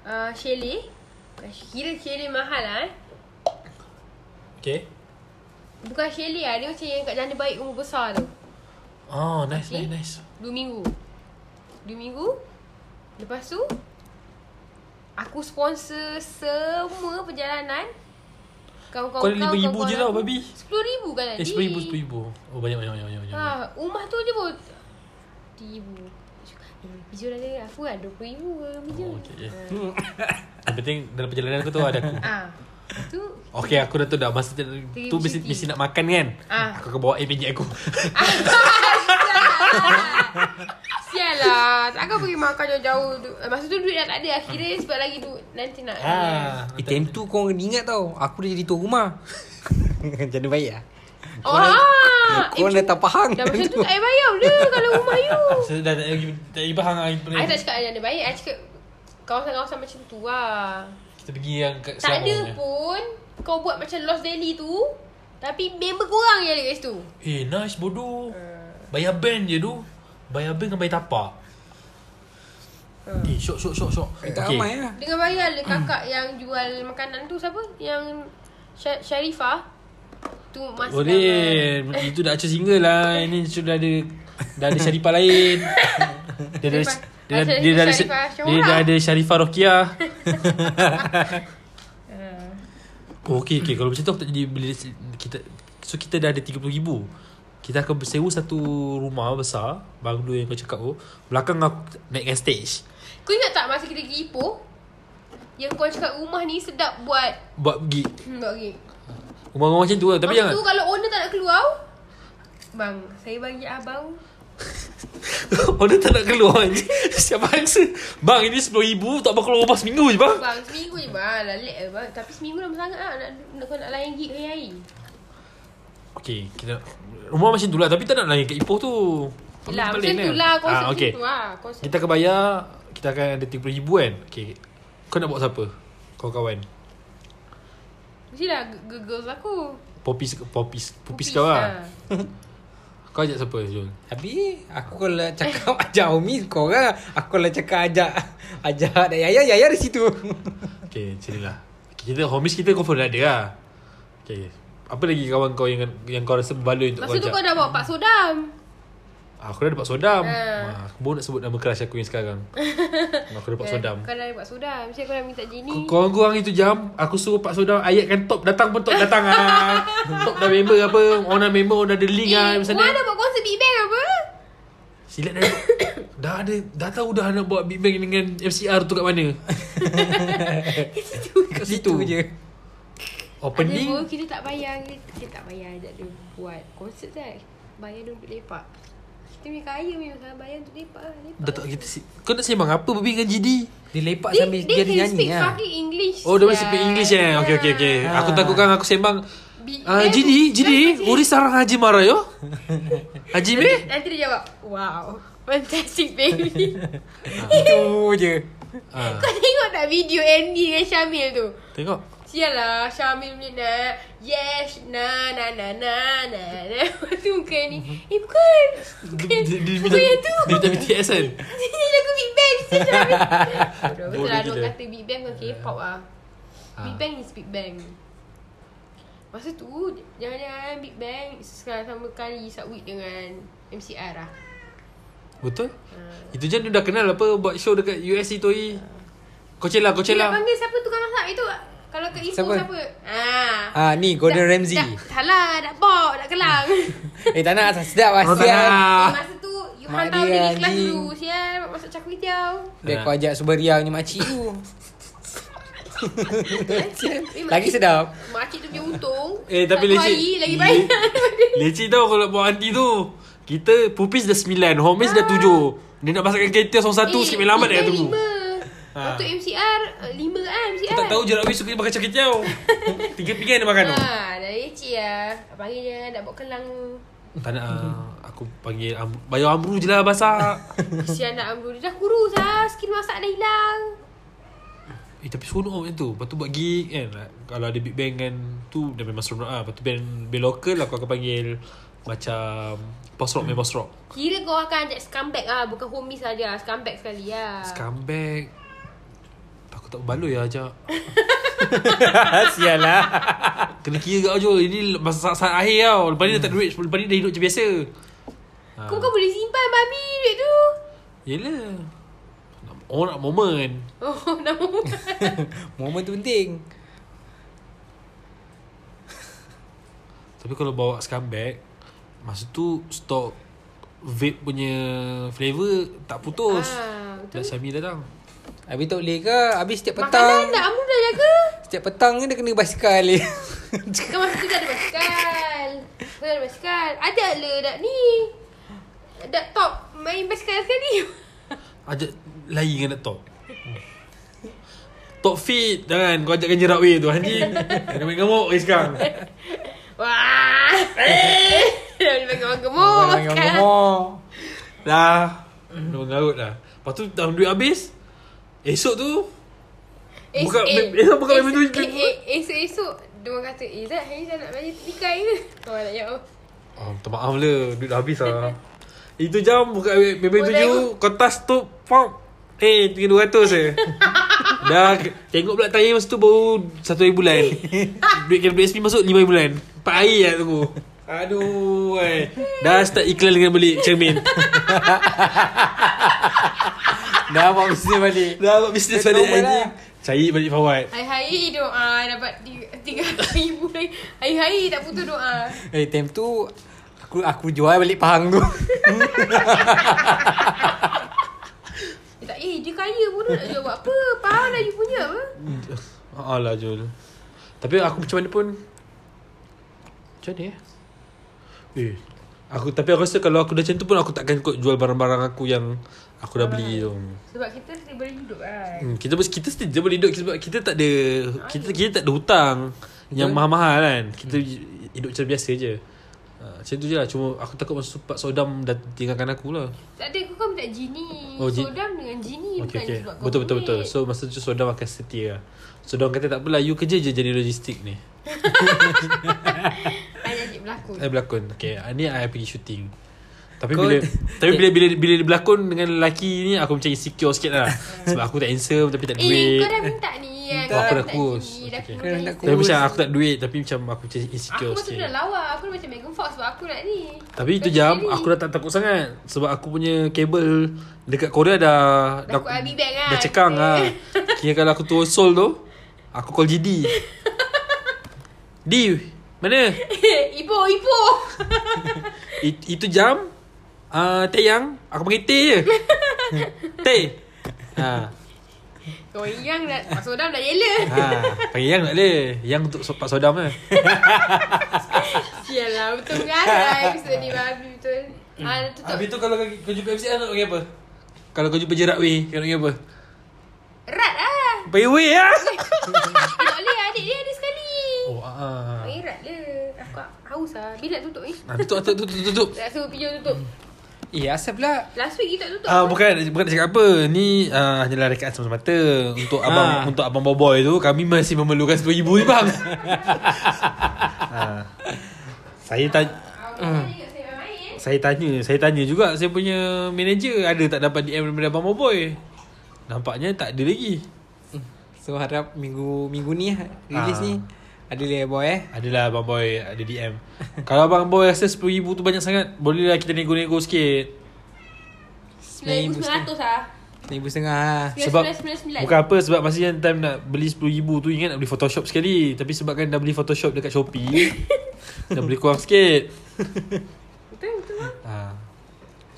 Speaker 1: uh, Chalet Kira chalet mahal lah eh
Speaker 2: Okay.
Speaker 1: Bukan chalet lah Dia macam yang kat janda baik umur besar tu
Speaker 2: Oh nice
Speaker 1: Okay.
Speaker 2: nice nice.
Speaker 1: Dua minggu Dua minggu Lepas tu Aku sponsor semua perjalanan
Speaker 2: Kau
Speaker 1: Kawan-kawan
Speaker 2: ada RM5,000 je tau, babi.
Speaker 1: RM10,000 kan
Speaker 2: Eh, sepuluh ribu, sepuluh ribu. Oh, banyak, banyak, banyak, banyak. banyak.
Speaker 1: ha, Rumah tu je pun RM10,000 Eh, Bijul ada aku kan RM20,000 ke Bijul
Speaker 2: Oh, okay. Yang penting dalam perjalanan aku tu ada aku.
Speaker 1: Ah, Lepas tu
Speaker 2: Okay, aku dah tu dah. Masa tu, tu
Speaker 1: cuti.
Speaker 2: mesti, mesti nak makan kan?
Speaker 1: Ah.
Speaker 2: Aku akan bawa air minyak aku.
Speaker 1: Sial lah Takkan pergi makan jauh-jauh du- eh, Masa tu duit dah tak ada Akhirnya sebab lagi duit Nanti nak
Speaker 2: ah.
Speaker 3: Eh time tu korang kena ingat tau Aku dah jadi tuan rumah Macam mana baik lah
Speaker 1: Oh, ah,
Speaker 3: Korang dah tak faham
Speaker 1: Dah macam tu tak payah bayar pula Kalau rumah you
Speaker 2: Ah, So, dah tak lagi, tak lagi faham lah.
Speaker 1: I tak cakap yang ada baik I cakap Kawasan-kawasan macam tu lah
Speaker 2: Kita pergi yang kat
Speaker 1: Tak ada
Speaker 2: Selangor punya.
Speaker 1: pun Kau buat macam Lost Daily tu Tapi member korang je ada kat situ
Speaker 2: Eh, nice bodoh. Bayar band je tu. Bayar band dengan bayar tapak.
Speaker 1: Ah.
Speaker 2: Eh, syok, syok, syok, syok.
Speaker 3: Eh, Tak ramai lah
Speaker 1: Dengan bayar le kakak yang jual makanan tu Siapa? Yang Sya- Sharifah Tu masih
Speaker 2: Boleh Itu dah acah single lah Ini sudah ada Dah ada syarifah lain Dia ada
Speaker 1: Syarifah.
Speaker 2: dia, dah-
Speaker 1: Ah,
Speaker 2: dia, dah ada
Speaker 1: Syarifah
Speaker 2: dia
Speaker 1: Syahura.
Speaker 2: dah ada Syarifah Rokiah
Speaker 1: nama.
Speaker 2: Oh okay, okay. Kalau macam tu aku tak jadi bila kita So kita dah ada RM30,000 Kita akan sewa satu rumah besar Banglo yang kau cakap tu Belakang aku naikkan stage
Speaker 1: Kau ingat tak masa kita pergi Ipoh Yang kau cakap rumah ni sedap buat
Speaker 2: Buat gig
Speaker 1: Hmm, buat gig
Speaker 2: Rumah-rumah macam tu lah Tapi
Speaker 1: Masa
Speaker 2: jangan
Speaker 1: tu kalau owner tak nak keluar Bang, saya bagi abang
Speaker 2: Orang tak nak keluar je Siap bangsa Bang ini RM10,000 Tak apa keluar rumah seminggu je bang
Speaker 1: Bang, seminggu je bang Lalik lah bang Tapi seminggu lama sangat lah Nak, nak, kau nak layan gig hari-hari
Speaker 2: Okay kita Rumah macam tu lah Tapi tak nak lagi kat Ipoh tu
Speaker 1: Yelah,
Speaker 2: Paling
Speaker 1: macam
Speaker 2: pelik
Speaker 1: tu
Speaker 2: kan?
Speaker 1: lah Konsep
Speaker 2: Ah,
Speaker 1: macam
Speaker 2: okay.
Speaker 1: tu lah Konsep
Speaker 2: Kita akan bayar Kita akan ada RM30,000 kan Okay Kau nak bawa siapa? Kau kawan
Speaker 1: Mestilah lah, g- g- girls aku
Speaker 2: Popis Popis Popis kau
Speaker 1: ah.
Speaker 2: lah Kau ajak siapa Jul?
Speaker 3: Habis aku kalau cakap ajak Umi korang Aku kalau cakap ajak Ajak dan Yaya Yaya di situ
Speaker 2: Okay macam ni lah okay, Kita homies kita confirm dah ada lah Okay Apa lagi kawan kau yang Yang kau rasa berbaloi untuk
Speaker 1: Masa tu
Speaker 2: ajak? Ah,
Speaker 1: kau dah bawa Pak Sodam
Speaker 2: Aku dah dapat sodam
Speaker 1: Ha.
Speaker 2: ha. Aku baru nak sebut nama crush aku yang sekarang Aku
Speaker 1: Kan,
Speaker 2: dapat sodam
Speaker 1: Kau dah dapat Sodam Mesti kau dah minta
Speaker 2: K-
Speaker 1: Jenny
Speaker 2: Korang-korang itu jam Aku suruh Pak Sodam Ayatkan top Datang pun top datang ah. Top dah member apa Orang dah member Orang dah ada link ah,
Speaker 1: Eh,
Speaker 2: Macam
Speaker 1: Wah
Speaker 2: mana
Speaker 1: dah buat konsert Big Bang apa?
Speaker 2: Silat dah Dah ada Dah tahu dah nak buat Big Bang Dengan MCR tu kat mana Kat situ
Speaker 3: Itu je
Speaker 1: Ada pun
Speaker 2: Opening
Speaker 1: kita tak bayar Kita tak bayar ajak dia buat konsert kan Bayar dia untuk lepak Kita punya kaya memang sangat bayar untuk lepak lah, lepak
Speaker 2: Datuk kita si- Kau nak sembang apa Bebing dengan GD
Speaker 3: Dia lepak
Speaker 1: Dia,
Speaker 3: sambil
Speaker 1: dia,
Speaker 3: dia,
Speaker 1: can
Speaker 3: nyanyi
Speaker 1: speak
Speaker 3: lah
Speaker 1: fucking English ya.
Speaker 2: Oh dia masih
Speaker 1: sial.
Speaker 2: speak English eh Okay okay okay
Speaker 3: Ha.
Speaker 2: Aku takutkan aku sembang
Speaker 1: Bi-
Speaker 2: Ah,
Speaker 1: eh,
Speaker 2: GD GD
Speaker 1: jangan-
Speaker 2: Uri sarang Haji Marayo Haji meh
Speaker 1: Nanti dia jawab Wow Fantastic baby
Speaker 3: Itu je
Speaker 2: Ah,
Speaker 1: Kau tengok tak video Andy dengan Syamil tu
Speaker 2: Tengok
Speaker 1: Sial lah Syamil punya na Yes Na na na na na na Lepas tu muka ni Eh bukan Bukan
Speaker 2: Mhm. Dia- dia- dia
Speaker 1: Bukan
Speaker 2: minta-
Speaker 1: yang tu
Speaker 2: Dia minta BTS kan
Speaker 1: Ini lagu Big Bang Sial Syamil Bodoh Betul
Speaker 2: Bodoh
Speaker 1: lah Dok
Speaker 2: gila.
Speaker 1: kata Big Bang bukan K-pop lah
Speaker 3: Ah.
Speaker 1: Big Bang is Big Bang Masa tu Jangan-jangan Big Bang Sekarang sama kali Subweek dengan MCR lah
Speaker 2: Betul Itu je dia dah kenal apa Buat show dekat USC Toi
Speaker 1: Dia
Speaker 2: Coachella
Speaker 1: nak
Speaker 2: Coachella
Speaker 1: panggil siapa tukang masak itu Kalau kat Ipoh
Speaker 3: Oh, Siapa?
Speaker 1: siapa? siapa? Ah.
Speaker 3: Ah ni Gordon
Speaker 1: Dak-
Speaker 3: Ramsay
Speaker 1: dak- Salah, dak lah, pok, dak kelang.
Speaker 3: Eh tak nak sedap lah
Speaker 2: Oh, tak
Speaker 3: sial.
Speaker 2: nak.
Speaker 1: eh,
Speaker 2: Ah.
Speaker 1: masa tu you
Speaker 3: Mak
Speaker 1: hantar
Speaker 3: dia,
Speaker 1: dia pergi kelas
Speaker 3: anjing.
Speaker 1: dulu. Sial, mak masak cakwe tiaw.
Speaker 3: Dia kau ajak Subaria punya makcik tu
Speaker 1: Eh,
Speaker 3: Lagi
Speaker 1: makcik-
Speaker 3: sedap
Speaker 1: Makcik tu punya untung.
Speaker 2: Eh tapi
Speaker 1: satu
Speaker 2: leceh
Speaker 1: hari lagi baik.
Speaker 2: Le- Leceh tau kalau buat aunty tu Kita pupis dah 9 Homies dah 7 Dia nak masakkan kereta Song
Speaker 1: Ah.
Speaker 2: satu
Speaker 1: Eh,
Speaker 2: sikit main lambat dia
Speaker 1: kita
Speaker 2: tunggu
Speaker 1: lima. Ha. Waktu MCR, eh, lima kan MCR.
Speaker 2: Aku tak tahu kan. jarak wis suka makan cakit tiaw Tiga pinggan dia makan tu
Speaker 1: Ha, dah leceh lah. Panggil dia dak pok kelang.
Speaker 2: Tak nak ah, Aku panggil am- Bayar amru je lah masak
Speaker 1: Kesian nak ambil dia dah kurus lah. Skin masak dah hilang.
Speaker 2: Eh tapi seronok macam tu Lepas tu buat gig kan Kalau ada big band kan Tu dah memang seronok lah Lepas tu band, band lokal Aku akan panggil Macam Post rock main post rock
Speaker 1: Kira kau akan ajak scumbag ah Bukan homies saja Scumbag sekali lah
Speaker 2: Scumbag Aku tak berbaloi lah ajak
Speaker 3: Sial lah
Speaker 2: Kena kira kat Jol Ini masa saat, saat akhir tau Lepas ni dah tak ada duit Lepas ni dah hidup macam biasa ha.
Speaker 1: Kau bukan boleh simpan Mami duit tu
Speaker 2: Yelah Nak- Orang nak moment
Speaker 1: Oh nama
Speaker 3: Momen tu penting
Speaker 2: Tapi kalau bawa scumbag Masa tu Stok Vape punya Flavor Tak putus
Speaker 1: Ah, betul.
Speaker 2: Dah Syamil datang
Speaker 3: Habis tak boleh ke Habis setiap
Speaker 1: Makanan
Speaker 3: petang
Speaker 1: tak Amru dah jaga
Speaker 3: Setiap petang ni dia kena basikal dia
Speaker 1: Kau masa tu tak ada basikal Kau tak ada basikal Ajak le dak ni Dak top Main basikal sekali
Speaker 2: Ajak Lain dengan Dato Tok fit Jangan kau ajakkan jerak weh tu Anjing Kena main gemuk eh sekarang
Speaker 1: Wah Eh Dah boleh panggil orang gemuk kan?
Speaker 3: Orang yang
Speaker 1: sekarang.
Speaker 3: bohong.
Speaker 2: Dah Dah mengarut dah Lepas tu dah duit habis Esok tu
Speaker 1: Eh,
Speaker 2: Bukan-
Speaker 1: eh,
Speaker 2: esok bukan
Speaker 1: eh,
Speaker 2: main duit.
Speaker 1: eh, eh, Esok-esok Dia orang kata Eh Zat hari ni Zat nak bayar tikai ke Kau nak jawab
Speaker 2: Oh, minta maaf lah Duit dah habis lah Itu jam buka BB7 Kotas tu Pop Eh tiga 200 je Dah ke- Tengok pula tayar masa tu baru Satu hari bulan Duit kena duit SP masuk Lima hari bulan Empat hari lah tunggu Aduh eh. Dah start iklan dengan beli cermin
Speaker 3: Dah buat bisnes balik
Speaker 2: Dah buat bisnes
Speaker 3: Dah
Speaker 2: balik
Speaker 3: normal
Speaker 2: anjing
Speaker 3: lah.
Speaker 2: Cari balik fawad
Speaker 1: Hari-hari doa dapat tiga- tiga ribu lagi. Hari-hari tak putus doa.
Speaker 3: Eh time tu Aku aku jual balik Pahang tu
Speaker 1: Dia tak, eh dia kaya pun nak jual buat apa? Faham lah you punya apa?
Speaker 2: Alah Jul Tapi aku macam mana pun Macam mana eh Eh Aku tapi aku rasa kalau aku dah macam tu pun aku takkan kot jual barang-barang aku yang aku dah beli tu.
Speaker 1: Sebab kita still boleh hidup kan.
Speaker 2: Hmm, kita kita still je boleh hidup sebab kita tak ada kita kita tak ada hutang yang mahal-mahal kan. Kita hidup macam biasa je. Ha, macam tu je lah Cuma aku takut masa tu Pak Sodam Dah tinggalkan aku lah
Speaker 1: Tak ada, kau kan minta genie.
Speaker 2: Oh, jin-
Speaker 1: Sodam dengan genie bukan
Speaker 2: okay, okay.
Speaker 1: sebab kau
Speaker 2: Betul betul betul
Speaker 1: pelik.
Speaker 2: lah. So masa tu Sodam akan setia Sodam kata tak apalah You kerja je jadi logistik ni
Speaker 1: I jadi berlakon
Speaker 2: I Eh, berlakon Okay Ni I pergi syuting Tapi
Speaker 3: Kau-
Speaker 2: bila Tapi bila bila bila dia berlakon dengan lelaki ni Aku macam insecure sikit lah Sebab aku tak handsome Tapi tak ada
Speaker 1: Eh
Speaker 2: duit
Speaker 1: kau dah minta ni kan
Speaker 2: Minta. Apa dah
Speaker 1: minta
Speaker 2: kurus?
Speaker 1: gini, Dah
Speaker 2: Okay.
Speaker 1: kurus
Speaker 3: Kau
Speaker 2: Tapi
Speaker 3: kurus.
Speaker 2: macam aku tak ada duit Tapi macam aku macam
Speaker 1: Aku
Speaker 2: insecure
Speaker 1: masa tu
Speaker 2: sikit
Speaker 1: dah lawa Aku dah macam Megan Fox Sebab aku nak ni
Speaker 2: Tapi itu
Speaker 1: Kau
Speaker 2: jam
Speaker 1: sendiri.
Speaker 2: Aku dah tak takut sangat Sebab aku punya kabel Dekat Korea dah
Speaker 1: Dah kuat habis bag kan?
Speaker 2: Dah cekang lah Kira kalau aku turun Seoul tu Aku call GD D Mana
Speaker 1: Ibu Ibu
Speaker 2: It, Itu jam uh, Teh yang Aku panggil teh je Teh Ha
Speaker 1: Kau yang dah Pak Sodam dah yela
Speaker 2: Ha Panggil yang tak boleh Yang untuk so- Pak Sodam lah
Speaker 1: Sial lah Betul mengarai Episode ni babi betul
Speaker 2: Hmm.
Speaker 1: Ah, tutup
Speaker 2: tu kalau kau, kau jumpa MCR nak panggil apa? Kalau kau jumpa Jerat Wei Kau nak panggil apa?
Speaker 1: Rat lah
Speaker 2: Panggil Wei lah
Speaker 1: Eh, Tak boleh adik dia ada sekali
Speaker 2: Oh ah.
Speaker 1: Panggil Rat je Aku haus lah Bila nak tutup ni
Speaker 2: Ah, tutup, tutup, tutup, tutup.
Speaker 1: Tak suruh pinjol tutup
Speaker 3: Eh asal pula
Speaker 1: Last week kita tak tutup
Speaker 2: Hmm. Ah uh, bukan bukan nak cakap apa. Ni uh, hanyalah rekaan semata-mata untuk
Speaker 3: Ah.
Speaker 2: abang untuk abang Boboy tu kami masih memerlukan RM10,000 ni bang. Ah. Saya tanya
Speaker 1: Awak
Speaker 2: Hmm.
Speaker 1: ingat saya main-main eh
Speaker 2: saya tanya, saya tanya juga saya punya manager ada tak dapat DM daripada abang Boboy. Nampaknya tak ada lagi.
Speaker 3: So harap minggu minggu ni Rilis
Speaker 2: Ah.
Speaker 3: ni Ada layer boy eh
Speaker 2: Adalah abang Boy ada DM. Kalau abang Boy rasa RM10,000 tu banyak sangat, bolehlah kita nego-nego sikit.
Speaker 1: 9,900 lah
Speaker 3: Seribu setengah lah
Speaker 2: Sebab
Speaker 1: 99, 99.
Speaker 2: Bukan apa Sebab masa yang time nak beli RM10,000 tu Ingat nak beli Photoshop sekali Tapi sebabkan dah beli Photoshop dekat Shopee Dah beli kurang sikit
Speaker 1: Betul betul lah
Speaker 2: ha.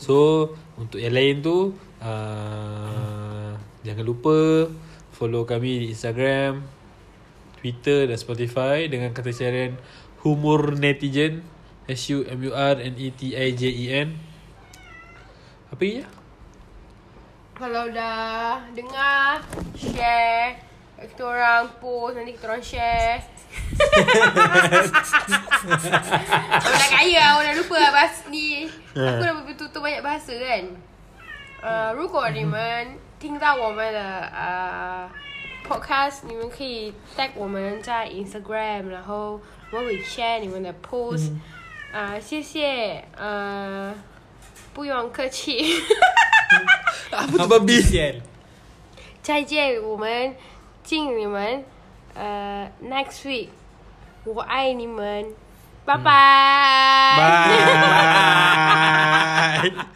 Speaker 2: So Untuk yang lain tu uh, Jangan lupa Follow kami di Instagram Twitter dan Spotify Dengan kata carian Humor Netizen E H-U-M-U-R-N-E-T-I-J-E-N Apa ya?
Speaker 1: Kalau dah dengar Share Kita orang post Nanti kita orang share Orang dah kaya Orang dah lupa lah bahasa ni Aku dah betul-betul banyak bahasa kan uh, 如果你们听到我们的 uh, podcast 你们可以 tag 我们在 Instagram lah, 然后我们会 share 你们的 post Ah, 啊、谢谢呃不用客 气
Speaker 2: Apa tu babi?
Speaker 1: 再见，我们敬你们，呃，next week，我爱你们，拜拜。
Speaker 2: Bye